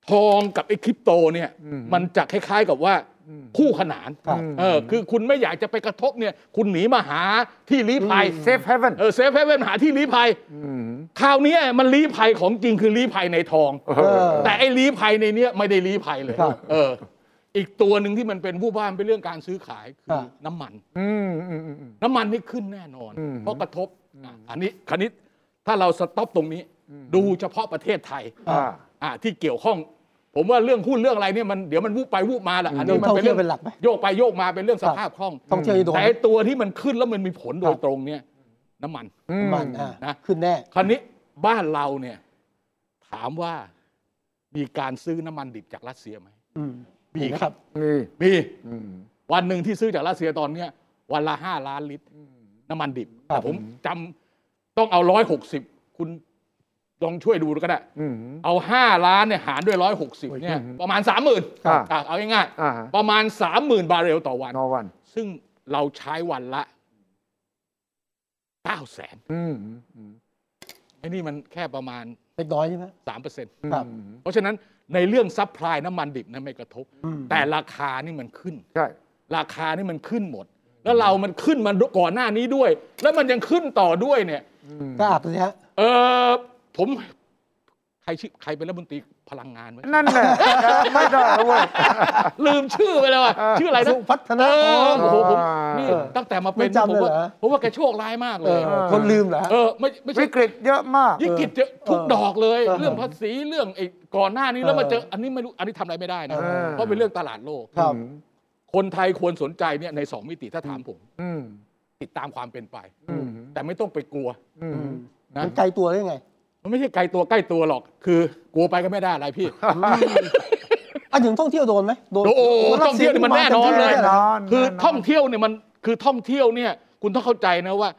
[SPEAKER 2] ทองกับไอ้คริปโตเนี่ย มันจะคล้าย ๆกับว่าคู่ขนาน
[SPEAKER 1] ครับ
[SPEAKER 2] เออคือคุณไม่อยากจะไปกระทบเนี่ย คุณหนีมาหาที่ลี้ภัย
[SPEAKER 3] เซฟเฮเว่น
[SPEAKER 2] เออเซฟเฮเว่นหาที่ลี้ภัยคราวเนี้ยมันลี้ภัยของจริงคือลี้ภัยในทอง
[SPEAKER 3] เออ
[SPEAKER 2] แต่ไอ้ลี้ภัยในเนี้ยไม่ได้ลี้ภัยเลย
[SPEAKER 1] ครับ
[SPEAKER 2] เออ อีกตัวหนึ่งที่มันเป็นผู้บ้านเป็นเรื่องการซื้อขายคื
[SPEAKER 1] ครั
[SPEAKER 2] อบ น้ำมัน
[SPEAKER 3] อืมอืมอืมอืม
[SPEAKER 2] น้ำมันนี่ขึ้นแน่นอน
[SPEAKER 3] อืม
[SPEAKER 2] เพราะกระทบอ่ะอันนี้คันนี้ถ้าเราสต็อปตรงนี้ ดูเฉพาะประเทศไทย
[SPEAKER 3] อ่า
[SPEAKER 2] อ่ะที่เกี่ยวข้อง ผมว่าเรื่องหุ้นเรื่องอะไรเนี่ยมันเดี๋ยวมันวูบไปวูบมาแหละอันนี้
[SPEAKER 1] เรื่อง
[SPEAKER 2] มันเป็นเรื่อง
[SPEAKER 1] ท่องเที่ยวเป็นหลักไหม
[SPEAKER 2] โยกไปโยกมาเป็นเรื่องสภาพคล่อง
[SPEAKER 1] ท่องเที่ยวนี่โดน
[SPEAKER 2] แต่ไอ้ตัวที่มันขึ้นแล้วมันมีผลโดยตรงเนี่ย น้ำมัน
[SPEAKER 1] น้ำมันอ่ะ
[SPEAKER 2] นะ
[SPEAKER 1] ขึ้นแน่
[SPEAKER 2] คันนี้บ้านเราเนี่ย ถามว่ามีการซื้อน้ำมันดิบจากรัสเซียไหม
[SPEAKER 1] อืม
[SPEAKER 2] มี
[SPEAKER 1] มีนะ
[SPEAKER 2] ค
[SPEAKER 1] ครั
[SPEAKER 2] รับบ
[SPEAKER 3] มี
[SPEAKER 2] มี
[SPEAKER 3] อืม
[SPEAKER 2] วันหนึ่งที่ซื้อจากรัสเซียตอนเนี้ยวันละห้าล้านลิตร น้ำมันดิบ
[SPEAKER 1] ครั
[SPEAKER 2] แต่
[SPEAKER 1] บ
[SPEAKER 2] ผมจำต้องเอาร้อยหกสิบคุณลองช่วยดูก็ได้
[SPEAKER 3] อืม
[SPEAKER 2] เอาห้าล้านเนี่ยหารด้วยร้อยหกสิบเนี่ยประมาณสามหมื่น
[SPEAKER 3] ครับ
[SPEAKER 2] เอาง่าย
[SPEAKER 3] อ่า
[SPEAKER 2] ๆประมาณสามหมื่นบาร์เรลต่อวัน
[SPEAKER 3] นอวัน
[SPEAKER 2] ซึ่งเราใช้วันละเก้าแสน
[SPEAKER 3] อืมอืม
[SPEAKER 2] ไอ้นี่มันแค่ประมาณ
[SPEAKER 1] เล็กน้อยใช่ไหม
[SPEAKER 2] สามเปอร์เซ็นต์
[SPEAKER 1] ครับ
[SPEAKER 2] เพราะฉะนั้นในเรื่องซัพพลายน้ำมันดิบนั้นไม่กระทบ แต่ราคานี่มันขึ้น
[SPEAKER 3] ใช่
[SPEAKER 2] ราคานี่มันขึ้นหมด แล้วเรามันขึ้นมาก่อนหน้านี้ด้วย แล้วมันยังขึ้นต่อด้วยเนี่ย
[SPEAKER 1] ก็อาบเลยฮะ
[SPEAKER 2] เออผมใครชื่อใครเป็นรัฐมนตรีพลังงานไหม
[SPEAKER 3] นั่นแหละ ไม่ได้เว้ย
[SPEAKER 2] ลืมชื่อไปแล้วอะชื่ออะไรนะ
[SPEAKER 1] สุพัฒนา
[SPEAKER 2] เออ
[SPEAKER 1] พร
[SPEAKER 2] โอ้โหผม
[SPEAKER 3] อ่านี่
[SPEAKER 2] นี่ตั้งแต่มาเป็น
[SPEAKER 1] ไม่จำ
[SPEAKER 2] ผม
[SPEAKER 1] เลย
[SPEAKER 2] ว่า
[SPEAKER 1] เหรอ
[SPEAKER 2] ผมว่าแกโชคร้ายมากเล
[SPEAKER 1] เอย อคนลืมเหรอฮะ
[SPEAKER 2] เออไม่ไม่ใช่
[SPEAKER 3] วิกฤตเยอะมาก
[SPEAKER 2] ยิ่งกิจเจอทุกดอกเลย
[SPEAKER 1] เออ
[SPEAKER 2] เรื่องภาษีเรื่องไอ้ก่อนหน้านี้แล้วมาเจอ
[SPEAKER 1] เอออั
[SPEAKER 2] อันนี้ไม่รู้อันนี้ทำอะไรไม่ได้นะ
[SPEAKER 1] เออ
[SPEAKER 2] เพราะเป็นเรื่องตลาดโลก
[SPEAKER 1] ครับ
[SPEAKER 2] คนไทยควรสนใจเนี่ยในสองมิติถ้าถามผม
[SPEAKER 3] อืม
[SPEAKER 2] ติดตามความเป็นไป
[SPEAKER 3] อืม
[SPEAKER 2] แต่ไม่ต้องไปกลัว
[SPEAKER 3] อืม
[SPEAKER 2] นะ
[SPEAKER 1] มันไกลตัวได้ไง
[SPEAKER 2] มันไม่ใช่ไกลตัวใกล้ตัวหรอก คือกลัวไปก็ไม่ได้อะไร พี่
[SPEAKER 1] อ่ะถึงท่องเที่ยวโดนไหมโดน
[SPEAKER 2] โอ้โห
[SPEAKER 1] โดรัส
[SPEAKER 2] ท่องเที่
[SPEAKER 1] ซี
[SPEAKER 2] ยวนี่มันแน่นอนเล
[SPEAKER 1] มาต็ม
[SPEAKER 2] ย
[SPEAKER 1] ที่หร
[SPEAKER 2] คือท่องเที่ยวเนี่ยมันคือท่องเที่ยวเนี่ย คุณต้องเข้าใจนะว่า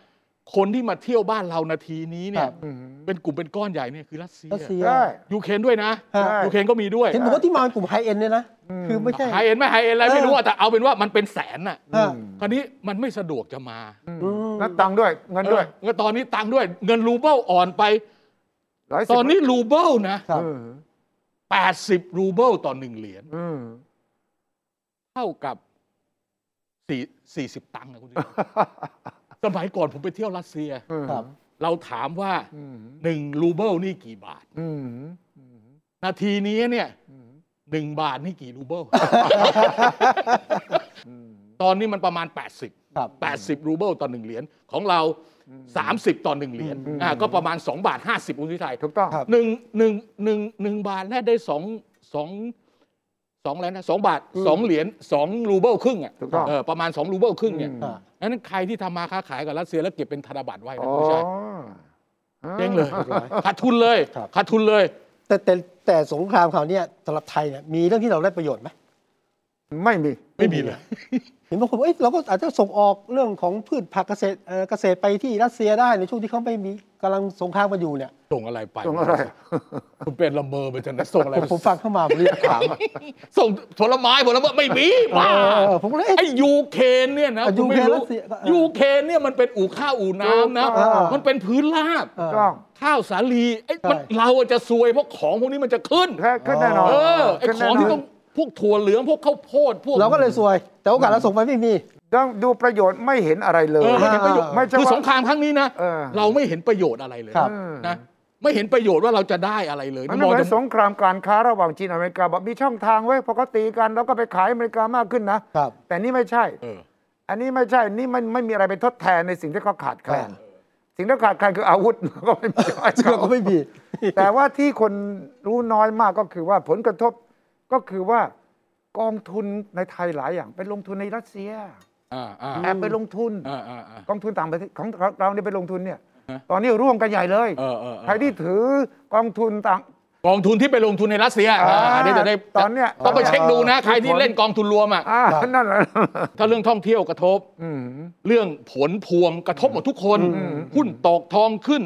[SPEAKER 2] คนที่มาเที่ยวบ้านเรานาทีนี้เนี่
[SPEAKER 1] ครั
[SPEAKER 2] ย
[SPEAKER 1] บ
[SPEAKER 3] อืม
[SPEAKER 2] เป็นกลุ่มเป็นก้อนใหญ่เนี่ยคือรัสเซีย
[SPEAKER 1] รัสเซีย
[SPEAKER 3] ได้
[SPEAKER 2] ยูเครนด้วยนะ
[SPEAKER 1] ฮะ
[SPEAKER 3] ใช่
[SPEAKER 2] ยูเครนก็มีด้วย
[SPEAKER 1] เห็นบอกว่าที่มาเป็นกลุ่มไฮเอ็นเนี่ยนะ
[SPEAKER 3] อืม
[SPEAKER 1] คือไม่ใช่
[SPEAKER 2] ไฮเอ็นไหม่ไฮเอ็นอะไรไม่รู้อะแต่เอาเป็นว่ามันเป็นแสนน่ะ
[SPEAKER 1] ฮะ
[SPEAKER 2] คราวนี้มันไม่สะดวกจะมา
[SPEAKER 1] อืม
[SPEAKER 3] แล้วตังค์ด้วยเงินด้วย
[SPEAKER 2] เออเงินตอนนี้ตังค์ด้วยเงินรูเบิลอ่อนไป
[SPEAKER 3] หลายสิบ
[SPEAKER 2] ตอนนี้รูเบิลนะครับ
[SPEAKER 3] เออ
[SPEAKER 2] 80 รูเบิลต่อหนึ่งเหรียญ
[SPEAKER 3] อืม
[SPEAKER 2] เท่ากับสี่40 ตังค์นะ คุณผู้ชมสมัยก่อนผมไปเที่ยวรัสเซีย
[SPEAKER 3] อืม
[SPEAKER 1] ครับ
[SPEAKER 2] เราถามว่า
[SPEAKER 3] อืม
[SPEAKER 2] หนึ่งรูเบิลนี่กี่บาท
[SPEAKER 3] อืม
[SPEAKER 2] นาทีนี้เนี่ยหนึ่งบาทนี่กี่รูเบิ ล ตอนนี้มันประมาณ 80
[SPEAKER 1] ครับ
[SPEAKER 2] 80 รูเบิลต่อหนึ่งเหรียญของเรา 30 ต่อหนึ่งเหรียญอ่าก็ประมาณ 2 บาท 50คุณทิชัย
[SPEAKER 3] ถูกต้อง
[SPEAKER 1] ครับ
[SPEAKER 2] หนึ่งหนึ่งหนึ่งหนึ่งบาทแลกได้สองสองสองแล้วนะสองบาทสองเหรียญสองรูเบิลครึ่งอ่ะ
[SPEAKER 3] ถูกต้อง
[SPEAKER 2] เออประมาณ 2 รูเบิลครึ่งเนี่ย
[SPEAKER 1] อ่ะ
[SPEAKER 2] นั้นใครที่ทำมาค้าขายกับรัสเซียแล้วเก็บเป็นธนบัตรไว้นะ
[SPEAKER 3] อ๋อ
[SPEAKER 2] คุณทิชัยเจ๊งเลยขาดทุนเลย
[SPEAKER 1] ครับ
[SPEAKER 2] ขาดทุนเลย
[SPEAKER 1] แต่แต่แต่สงครามคราวเนี้ยสำหรับไทยเนี่ยมีเรื่องที่เราได้ประโยชน์ไหม
[SPEAKER 3] ไม่มี
[SPEAKER 2] ไม่มีเลย
[SPEAKER 1] เห็นบางคนบอกเอ้ยเราก็อาจจะส่งออกเรื่องของพืชผักเกษตรเอ่อเกษตรไปที่รัสเซียได้ในช่วงที่เขาไม่มีกำลังสงครามกันอยู่เนี่ย
[SPEAKER 2] ส่งอะไรไป
[SPEAKER 3] ส่งอะไร
[SPEAKER 2] คุณเป็นละเมอไปจนนะส่งอะไร
[SPEAKER 1] ผม
[SPEAKER 2] ไป
[SPEAKER 1] ผมฟังเข้ามาผมเรียกถาม
[SPEAKER 2] ส่งผลไม้ผลไม้ไม่มีบ้า
[SPEAKER 1] เออเออผมก็เลยเอ๊ะ
[SPEAKER 2] ไอ้ยูเคนเนี่ยนะ
[SPEAKER 1] อ่ะ
[SPEAKER 2] คุณไม่
[SPEAKER 1] ยูเครั
[SPEAKER 2] รู้
[SPEAKER 1] สเซียก็เออ
[SPEAKER 2] ยูเคนเนี่ยมันเป็นอู่ข้าวอู่น้ำนะ
[SPEAKER 1] เออ
[SPEAKER 2] มันเป็นพื้นราบ
[SPEAKER 1] เออ
[SPEAKER 3] ถูกต้อง
[SPEAKER 2] ข้าวสาลีไอ้
[SPEAKER 1] ใช่
[SPEAKER 2] มันเราอะจะซวยเพราะของพวกนี้มันจะขึ้น
[SPEAKER 3] แค่ขึ้นแน่นอน
[SPEAKER 2] เออไอ้ข
[SPEAKER 3] ขึ้นแน่
[SPEAKER 2] อง
[SPEAKER 3] นน
[SPEAKER 2] ที่ต้องพวกถั่วเหลืองพวกข้าวโพดพวก
[SPEAKER 1] เราก็เลยซวย แต่โอกาสเราส่งไปไม่มี
[SPEAKER 3] ต้องดูประโยชน์ไม่เห็นอะไรเลย
[SPEAKER 2] เออไม่เห็นประโยชน์
[SPEAKER 3] ไม่ใช่
[SPEAKER 2] คือ
[SPEAKER 3] ว่า
[SPEAKER 2] สงครามครั้งนี้นะ
[SPEAKER 3] เออ
[SPEAKER 2] เราไม่เห็นประโยชน์อะไรเลย
[SPEAKER 1] ครับ
[SPEAKER 3] เออ
[SPEAKER 2] นะไม่เห็นประโยชน์ว่าเราจะได้อะไรเลย
[SPEAKER 3] มันไม่เหมือน
[SPEAKER 2] จะ
[SPEAKER 3] สงครามการค้าระหว่างจีนอเมริกาบอกมีช่องทางไว้พอเขาตีกันแล้วก็ไปขายอเมริกามากขึ้นนะ
[SPEAKER 1] ครับ
[SPEAKER 3] แต่นี่ไม่ใช่
[SPEAKER 2] เออ
[SPEAKER 3] อันนี้ไม่ใช่ นี่มันไม่มีอะไรไปทดแทนในสิ่งที่เขาขาดแคลน สิ่งที่ขาดแคลนคืออาวุธ ก็ไม่มีให้
[SPEAKER 1] ซึ่ง
[SPEAKER 3] เขา
[SPEAKER 1] เราก็ไม่มี
[SPEAKER 3] แต่ว่าที่คนรู้น้อยมากก็คือว่าผลกระทบก็คือว่ากองทุนในไทยหลายอย่าง ไปลงทุนในรัสเซีย
[SPEAKER 2] อ่าอ่า
[SPEAKER 3] แอบไปลงทุน
[SPEAKER 2] อ่าอ่าอ่า
[SPEAKER 3] กองทุนต่างประเทศของเราเนี่ยไปลงทุนเนี่ย
[SPEAKER 2] ฮะ
[SPEAKER 3] ตอนนี้ร่วมกันใหญ่เลย
[SPEAKER 2] เออเออเออ
[SPEAKER 3] ใครที่ถือกองทุนต่าง
[SPEAKER 2] กองทุนที่ไปลงทุนในรัสเซีย
[SPEAKER 3] อ่า
[SPEAKER 2] อ่าอันนี้จะได้
[SPEAKER 3] ตอนเนี้ย
[SPEAKER 2] ต้องไปเช็คดูนะ ใครที่
[SPEAKER 3] ผล
[SPEAKER 2] เล่นกองทุนรวมอ่ะ
[SPEAKER 3] อ่านั่นแหละ
[SPEAKER 2] ถ้าเรื่องท่องเที่ยวกระทบ
[SPEAKER 3] อืม
[SPEAKER 2] เรื่องผลพวงกระทบหมดทุกคนหุ้นตกทองขึ้น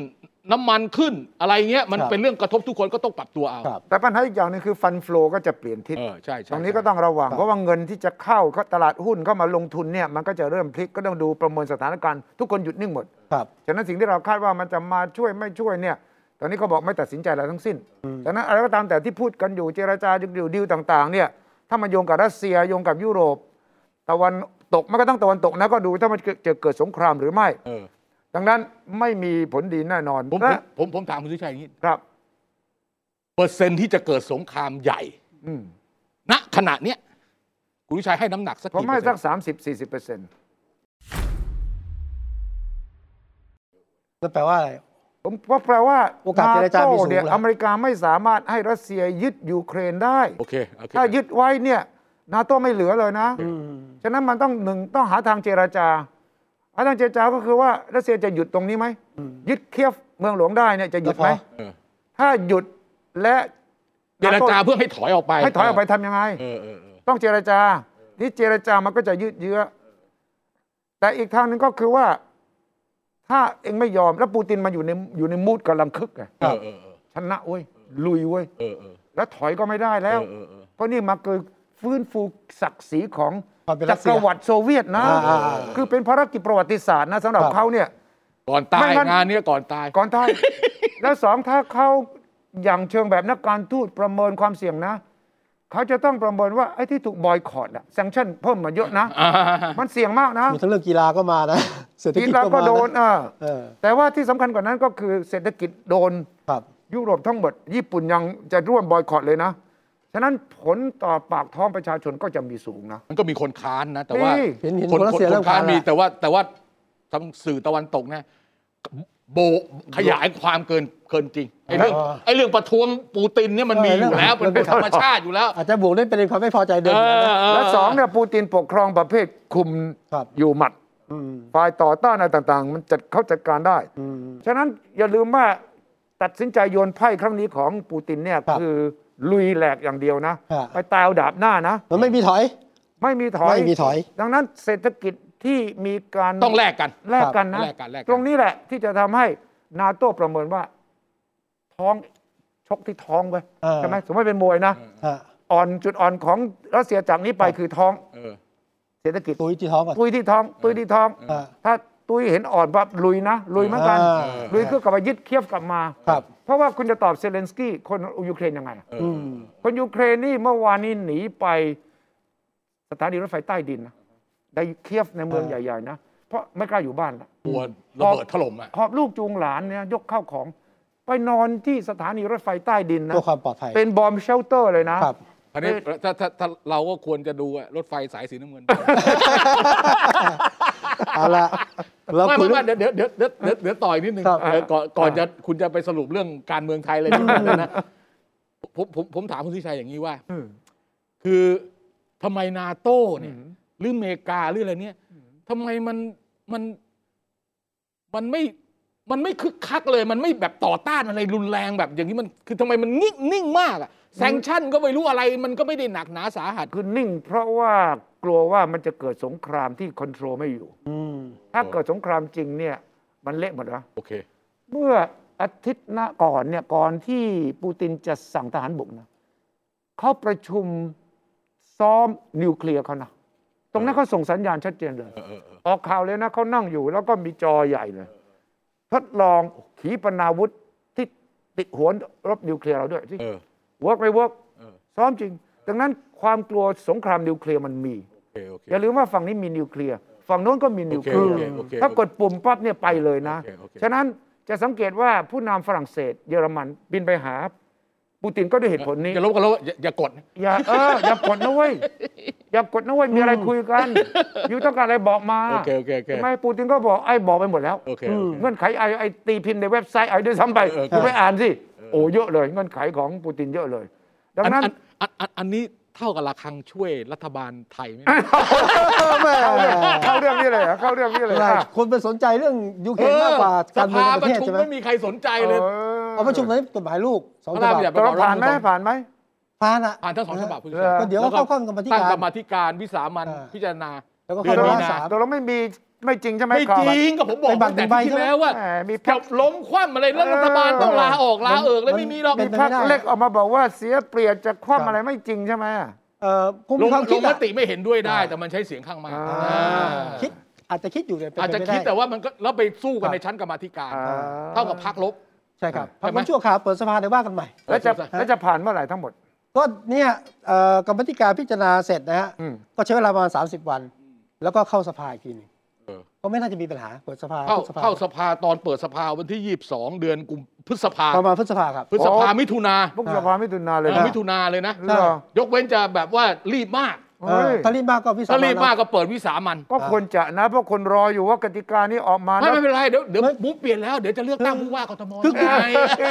[SPEAKER 2] น้ำมันขึ้นอะไรเงี้ยมัน
[SPEAKER 1] ครับ
[SPEAKER 2] เป็นเรื่องกระทบทุกคนก็ต้องปรับตัวเอา
[SPEAKER 1] ครับ
[SPEAKER 3] แต่ปัญหาอีกอย่างหนึงคือฟันฟลูก็จะเปลี่ยนทิศ
[SPEAKER 2] เออใช่ใช่
[SPEAKER 3] ตรงนี้ก็ต้องระวัง เพราะว่าเงินที่จะเข้าก็ตลาดหุ้นเข้ามาลงทุนเนี่ยมันก็จะเริ่มพลิกก็ต้องดูประเมินสถานการณ์ทุกคนหยุดนิ่งหมด
[SPEAKER 1] ครับ
[SPEAKER 3] ฉะนั้นสิ่งที่เราคาดว่ามันจะมาช่วยไม่ช่วยเนี่ย ตอนนี้เขาบอกไม่ตัดสินใจอะไรทั้งสิ้น ฉะนั้นอะไรก็ตามแต่ที่พูดกันอยู่เจรจาอยู่ดิวต่าง ๆ เนี่ย ถ้ามันโยงกับรัสเซียโยงกับยุโรป ตะวันตกมันก็ต้องตะวันตกนะก็ดูถ้ามันจะเกิดสงครามหรือไม่
[SPEAKER 2] เออ
[SPEAKER 3] ดังนั้นไม่มีผลดีแน่นอน
[SPEAKER 2] ผมผม
[SPEAKER 3] และ
[SPEAKER 2] ผมผมถามคุณสุชัยอย่างนี้
[SPEAKER 3] ครับ
[SPEAKER 2] เปอร์เซ็นต์ที่จะเกิดสงครามใหญ่
[SPEAKER 3] อืม
[SPEAKER 2] ณขณะเนี้ยคุณสุชัยให้น้ำหนักสัก
[SPEAKER 3] ผม
[SPEAKER 2] กี่เปอ
[SPEAKER 3] ให้
[SPEAKER 2] ร์เซ็
[SPEAKER 3] สั
[SPEAKER 2] น
[SPEAKER 3] ก
[SPEAKER 2] ต์
[SPEAKER 3] 30 40เปอร์เซ็นต์
[SPEAKER 1] นั่นแปลว่าอะไร
[SPEAKER 3] ผมก็แปลว่า
[SPEAKER 1] โอกาสเจรจามีสูง
[SPEAKER 3] เนี่ย
[SPEAKER 1] เหรอ
[SPEAKER 3] อเมริกาไม่สามารถให้รัสเซียยึดยูเครนได้
[SPEAKER 2] โอเคโอเค
[SPEAKER 3] ถ้ายึดไว้เนี่ยนาโตไม่เหลือเลยนะ ฉะนั้นมันต้องหนึ่งต้องหาทางเจรจาหาทางเจรจาก็คือว่ารัสเซียจะหยุดตรงนี้ไหมยึดเคียฟเมืองหลวงได้เนี่ยจะหยุดไหม
[SPEAKER 1] แล้วพ
[SPEAKER 2] เออ
[SPEAKER 3] ถ้าหยุดและ
[SPEAKER 2] เจรจาเพื่อให้ถอยออกไป
[SPEAKER 3] ให้ถอยออกไปทำยังไง
[SPEAKER 2] เออเออเออ
[SPEAKER 3] ต้องเจรจา นี่เจรจามันก็จะยืดเยื้อ แต่อีกทางหนึงก็คือว่า ถ้าเองไม่ยอมแล้วปูตินมาอยู่ในอยู่ในมูดกำลังคึกไง
[SPEAKER 2] เออเออเออ
[SPEAKER 3] ชนะเว้ยลุยเว้ย
[SPEAKER 2] เออเออ
[SPEAKER 3] แล้วถอยก็ไม่ได้แล้ว
[SPEAKER 2] เออเออ
[SPEAKER 3] เพราะนี่มาเกิดฟื้นฟูศักดิ์ศรีของ
[SPEAKER 1] ความเป็นรั
[SPEAKER 3] จั
[SPEAKER 1] สเซี
[SPEAKER 3] ก
[SPEAKER 1] ย
[SPEAKER 3] รวรรดิโซเวียตนะ
[SPEAKER 1] อ่าอ่าอ่า
[SPEAKER 3] คือเป็นภารกิจประวัติศาสตร์นะสำหรับ
[SPEAKER 1] ครับ
[SPEAKER 3] เขาเนี่ย
[SPEAKER 2] ก่อนตา
[SPEAKER 3] ไม่
[SPEAKER 2] ย
[SPEAKER 3] งั้น
[SPEAKER 2] งานเนี้ยก่อนตาย
[SPEAKER 3] ก่อน ท้าย แล้วสองถ้าเขาอย่างเชิงแบบนักการทูตประเมินความเสี่ยงนะ เขาจะต้องประเมินว่าไอ้ที่ถูกบอยคอตอะแซงชั่นเพิ่มมาเยอะนะ มันเสี่ยงมากนะ
[SPEAKER 1] มีทั้งเรื่องกีฬาก็มานะ เศรษฐ
[SPEAKER 3] ที
[SPEAKER 1] กิจ
[SPEAKER 3] ละ
[SPEAKER 1] ก็
[SPEAKER 3] ก็
[SPEAKER 1] มา
[SPEAKER 3] โดน
[SPEAKER 1] นะ
[SPEAKER 3] เออ
[SPEAKER 1] เออ
[SPEAKER 3] แต่ว่าที่สำคัญกว่านั้นก็คือเศรษฐกิจโดน
[SPEAKER 1] ครับ
[SPEAKER 3] ยุโรปทั้งหมด ญี่ปุ่นยังจะร่วมบอยคอรตเลยนะ ฉะนั้นผลต่อปากท้องประชาชนก็จะมีสูงนะ
[SPEAKER 2] มันก็มีคนค้านนะ แต่ว่า
[SPEAKER 3] นี่
[SPEAKER 1] เห็นเห็น
[SPEAKER 2] คน
[SPEAKER 1] คนรัสเซีย
[SPEAKER 2] คน
[SPEAKER 1] เริ่ม
[SPEAKER 2] ค้า
[SPEAKER 1] ค้าน น
[SPEAKER 2] มี
[SPEAKER 1] แล้ว
[SPEAKER 2] แต่ว่าแต่ว่าทางสื่อตะวันตกนะโบขยายความเกินเกินจริงไอ้เรื่อง
[SPEAKER 1] เออ
[SPEAKER 2] ไอ้เรื่องประท้วงปูตินเนี่ยมันมี
[SPEAKER 1] เออ
[SPEAKER 2] อยู่แล้ว
[SPEAKER 1] เรื่
[SPEAKER 2] มั
[SPEAKER 1] อน ง
[SPEAKER 2] เป็นธรรมชาติอยู่แล้ว
[SPEAKER 1] อาจจะบวกด้วยประเด็นความไม่พอใจเดิม
[SPEAKER 2] เอ
[SPEAKER 1] นะ
[SPEAKER 2] อเออ
[SPEAKER 3] และสองเนี่ยปูตินปกครองประเภทคุม
[SPEAKER 1] ครับ
[SPEAKER 3] อยู่หมัด
[SPEAKER 4] อืม
[SPEAKER 3] ฝ่ายต่อต้านอะไรต่างๆ มันจัดเขาจัดการได้
[SPEAKER 4] อืม
[SPEAKER 3] ฉะนั้นอย่าลืมว่าตัดสินใจโยนไพ่ครั้งนี้ของปูตินเนี่ย
[SPEAKER 4] ครับ
[SPEAKER 3] คือลุยแหลกอย่างเดียวนะ
[SPEAKER 1] ครับ
[SPEAKER 3] ไปตายเอาดาบหน้านะ
[SPEAKER 1] มันไม่มีถอย
[SPEAKER 3] ไม่มีถอย
[SPEAKER 1] ไม่มีถอย
[SPEAKER 3] ดังนั้นเศรษฐกิจที่มีการ
[SPEAKER 2] ต้องแลกกัน
[SPEAKER 3] แลกกันนะ
[SPEAKER 2] แลกกันแลกกัน
[SPEAKER 3] ตรงนี้แหละที่จะทำให้นาโต้ประเมินว่า ท้องชกที่ท้องไป
[SPEAKER 1] เออ
[SPEAKER 3] ใช่ไหมสมมติเป็นมวยนะ
[SPEAKER 1] ฮะ
[SPEAKER 3] อ่อนจุดอ่อนของรัสเซียจากนี้ไปคือท้อง
[SPEAKER 2] เออ
[SPEAKER 3] เศรษฐกิจ
[SPEAKER 1] ตุยจีท้องก่อน
[SPEAKER 3] ตุยที่ท้องตุยที่ท้อง
[SPEAKER 1] ฮะ
[SPEAKER 3] ถ้าตุยเห็นอ่อนปั๊บลุยนะลุยเหมือนกัน
[SPEAKER 1] อ่า
[SPEAKER 3] ลุยเพื่อกลับมายึดเคียบกลับมา
[SPEAKER 1] ครับ
[SPEAKER 3] เพราะว่าคุณจะตอบเซเลนสกี้คนยูเครนยังไงอะ
[SPEAKER 2] เออ
[SPEAKER 1] อืม
[SPEAKER 3] คนยูเครนนี่เมื่อวานนี้หนีไปสถานีรถไฟใต้ดินนะในเคียฟในเมือง
[SPEAKER 1] อ่า
[SPEAKER 3] ใหญ่ๆนะเพราะไม่กล้าอยู่บ้านละ
[SPEAKER 2] กลัวระเบิดถล่มอ่ะ
[SPEAKER 3] หอบลูกจูงหลานเนี่ยยกข้าวของไปนอนที่สถานีรถไฟใต้ดินนะ
[SPEAKER 1] เพื่อความปลอดภัย
[SPEAKER 3] เป็นบอมเชลเตอร์เลยนะ
[SPEAKER 1] ครับ
[SPEAKER 2] อันนี้
[SPEAKER 3] เออ
[SPEAKER 2] ถ้าถ้าถ้าเราก็ควรจะดูอะรถไฟสายสีน้ำเงิน
[SPEAKER 1] เอาละเรา
[SPEAKER 2] ไม่
[SPEAKER 1] คุย
[SPEAKER 2] ไม่
[SPEAKER 1] เรื่
[SPEAKER 2] ไม่
[SPEAKER 1] อง
[SPEAKER 2] เดี๋ยวเดี๋ยวเดี๋ยวเดี๋ยวเดี๋ยวเดี๋ยวต่อยนิดนึง
[SPEAKER 1] ครับ
[SPEAKER 2] เออก่อนก่อนจะคุณจะไปสรุปเรื่องการเมืองไทยเลยนิดนึง นะผมผมผมถามคุณทิชัยอย่างนี้ว่า
[SPEAKER 3] อืม
[SPEAKER 2] คือทำไมนาโต้เนี่ยหรืออเมริกาหรืออะไรเนี่ยทำไมมันมันมันไม่มันไม่คึกคักเลย มันไม่แบบต่อต้านอะไรรุนแรงแบบอย่างนี้มันคือทำไมมันนิ่งนิ่งมากอะแซงชั่นก็ไม่รู้อะไร มันก็ไม่ได้หนักหนาสาหัส
[SPEAKER 3] คือนิ่งเพราะว่ากลัวว่ามันจะเกิดสงครามที่คอนโทรลไม่อยู่
[SPEAKER 1] อืม
[SPEAKER 3] ถ้าเกิดสงครามจริงเนี่ย มันเละหมดนะ
[SPEAKER 2] โอเค
[SPEAKER 3] เมื่ออาทิตย์หน้าก่อนเนี่ยก่อนที่ปูตินจะสั่งทหารบุกนะเขาประชุมซ้อมนิวเคลียร์เขานะตรงนั้นเขาส่งสัญญาณชัดเจนเลย
[SPEAKER 2] เออเออเออ
[SPEAKER 3] ออกข่าวเลยนะเขานั่งอยู่ แล้วก็มีจอใหญ่เลย ทดลองขีปนาวุธที่ติดหัวรบนิวเคลียร์เราด้วยที่
[SPEAKER 2] เออ
[SPEAKER 3] วิร์กไม่เวิร์ก
[SPEAKER 2] เออ
[SPEAKER 3] ซ้อมจริง ดังนั้นความกลัวสงครามนิวเคลียร์มันมี
[SPEAKER 2] โอเคโอเค
[SPEAKER 3] อย่าลืมว่าฝั่งนี้มีนิวเคลียร์ฝั่งโน้นก็มีนิวเคลียร์
[SPEAKER 2] โอเคโอเคโอเค
[SPEAKER 3] ถ้ากดปุ่มปั๊บเนี่ยไปเลยนะ
[SPEAKER 2] โอเคโอเค
[SPEAKER 3] ฉะนั้นจะสังเกตว่าผู้นำฝรั่งเศส เยอรมันบินไปหา ปูตินก็ด้วยเหตุผลนี้
[SPEAKER 2] อย่าลบกันแล้วอย่าอย่ากดนะ
[SPEAKER 3] อย่าเอออย่ากดนะเว้ยอย่ากดนะเว้ยมีอะไรคุยกันอยู่ต้องการอะไรบอกมา
[SPEAKER 2] โอเคโอเคโอเค
[SPEAKER 3] ใช่ไหมปูตินก็บอกไอ้บอกไปหมดแล้ว
[SPEAKER 2] โอเคโอเค
[SPEAKER 3] เงื่อนไขไอ้ไอ้ตีพิมพ์ในเว็บไซต์ไอ้ด้วยซ้ำไป
[SPEAKER 2] เออเออ
[SPEAKER 3] คุณไปอ่านสิโอ้เยอะเลย เงื่อนไขของปูตินเยอะเลย ดัง
[SPEAKER 2] อัน
[SPEAKER 3] นั้น
[SPEAKER 2] อันอันอันอันนี้เท่ากับระคังช่วยรัฐบาลไทยไหม
[SPEAKER 1] แม่
[SPEAKER 3] เข้าเรื่องนี้เลยเหรอเข้าเรื่องนี้เลย
[SPEAKER 1] หลาย
[SPEAKER 3] อ่ะ
[SPEAKER 1] คนไปสนใจเรื่องยูเครนมากกว่า
[SPEAKER 2] ส
[SPEAKER 1] การเมือง
[SPEAKER 2] ภา
[SPEAKER 1] ในป
[SPEAKER 2] ประระ
[SPEAKER 1] เทศ
[SPEAKER 2] ชุม
[SPEAKER 1] ใช่ไหม
[SPEAKER 2] ไม่มีใครสนใจเลย
[SPEAKER 1] เอาประชุมนั้นกฎหมายลูกสองฉ
[SPEAKER 2] พระรา
[SPEAKER 1] บับ
[SPEAKER 2] ชบัญญัติ
[SPEAKER 3] ตกลงผ่านไหมผ่านไหม
[SPEAKER 1] ผ่านอ่ะ
[SPEAKER 2] อ่านทั้งสองฉบับคุณ
[SPEAKER 3] เออ
[SPEAKER 1] ก็เดี๋ยวก็เข้าข้องกรรมธิ
[SPEAKER 2] ตั้ง
[SPEAKER 1] การ
[SPEAKER 2] กรรมาธิการวิสามัน
[SPEAKER 1] เออ
[SPEAKER 2] พิจารณา
[SPEAKER 1] แล้วก็
[SPEAKER 2] เดื
[SPEAKER 1] เข้า
[SPEAKER 2] อน
[SPEAKER 1] ข้
[SPEAKER 2] มี
[SPEAKER 1] อ
[SPEAKER 2] นา
[SPEAKER 1] สาม
[SPEAKER 3] ตกลงไม่มีไม่จริงใช่ไหม
[SPEAKER 2] ไม่
[SPEAKER 3] ข่าว
[SPEAKER 2] จ
[SPEAKER 3] อะ
[SPEAKER 2] ริงก็ผมบอก
[SPEAKER 1] ไปบั
[SPEAKER 2] ตั้
[SPEAKER 1] ง
[SPEAKER 2] งแต่
[SPEAKER 1] ใบ
[SPEAKER 2] ที่
[SPEAKER 1] ใช่ไหม
[SPEAKER 2] แล้วว่า
[SPEAKER 3] แหมมีพั
[SPEAKER 2] จับ
[SPEAKER 3] ก
[SPEAKER 2] ล้มคว่ำอะไรแล้วรัฐบาลต้องลาออกลาเอิกเลยไม่มีหรอก
[SPEAKER 1] มั
[SPEAKER 3] มี
[SPEAKER 1] น
[SPEAKER 3] พัก
[SPEAKER 1] ไม่ได้
[SPEAKER 3] เล็กออกมาบอกว่าเสียเปรียบจะคว่ำอะไรไม่จริงใช่ไหมอ่ะ
[SPEAKER 1] เอ่อผม
[SPEAKER 2] ล
[SPEAKER 1] มี
[SPEAKER 2] ง
[SPEAKER 1] ความ
[SPEAKER 2] ล
[SPEAKER 1] คิด
[SPEAKER 2] งม
[SPEAKER 1] อะ
[SPEAKER 2] ติไม่เห็นด้วยได้ แต่มันใช้เสียงข้างมาก
[SPEAKER 3] อ่า
[SPEAKER 2] อ่า
[SPEAKER 1] คิดอาจจะคิดอยู่เนี่ยเป็น
[SPEAKER 2] อาจ
[SPEAKER 1] ไป
[SPEAKER 2] จะ
[SPEAKER 1] ไม่
[SPEAKER 2] คิดแต่
[SPEAKER 1] ได้
[SPEAKER 2] ว่ามันก็แล้วไปสู้
[SPEAKER 1] ค
[SPEAKER 2] กั
[SPEAKER 1] รั
[SPEAKER 2] น
[SPEAKER 1] บ
[SPEAKER 2] ในชั้นกรรมาธิการ
[SPEAKER 3] อ่า
[SPEAKER 2] เท่ากับพักลบ
[SPEAKER 1] ใช่ครับ
[SPEAKER 2] ใช่
[SPEAKER 1] พอ
[SPEAKER 2] ไหม
[SPEAKER 1] มันชั่วคราวเปิดสภาเดี๋ยวว่ากันใหม่
[SPEAKER 3] แล้วจะแล้วจะผ่านเมื่อไหร่ทั้งหมด
[SPEAKER 1] ก็เนี่ยเอ่อกรรมธิการพิจารณาเสร็จนะฮะ
[SPEAKER 3] อืม
[SPEAKER 1] ก็ใช้เวลาประมาณ 30 วัน แล้วก็เข้าสภาอีกทีหนึง
[SPEAKER 2] เออ
[SPEAKER 1] ก็ไม่น่าจะมีปัญหาเปิดสภา
[SPEAKER 2] เข้า
[SPEAKER 1] ทุกสภา
[SPEAKER 2] เข้าสภาตอนเปิดสภาวันที่ 22 เดือนกุมพฤษภา
[SPEAKER 1] ประมาณพฤษภาครับ
[SPEAKER 2] พฤษภามิถุนา
[SPEAKER 3] พวกสภามิถุนาเลย
[SPEAKER 2] เออ
[SPEAKER 3] นะ
[SPEAKER 2] มิถุนาเลยนะ
[SPEAKER 3] เหรอ
[SPEAKER 2] เออยกเว้นจะแบบว่ารีบมาก
[SPEAKER 1] เออ
[SPEAKER 3] เฮ้ย
[SPEAKER 1] ถ้ารีบมากก็วิสา
[SPEAKER 2] ถ้า
[SPEAKER 1] มัญ
[SPEAKER 2] รีบมาก
[SPEAKER 1] นะ
[SPEAKER 2] ก็เปิดวิสามัน
[SPEAKER 3] ก็ควรจะนะเพราะคนรออยู่ว่ากติกานี้ออกมา
[SPEAKER 2] ไม่
[SPEAKER 3] แล้ว
[SPEAKER 2] ไม่เป็นไรเดี๋ยวเดี๋ยว
[SPEAKER 1] ไม่
[SPEAKER 2] มุกเปลี่ยนแล้ว เดี๋ยวจะเลือกตั้งผู้ว่ากทม
[SPEAKER 1] คือคือ
[SPEAKER 2] ไง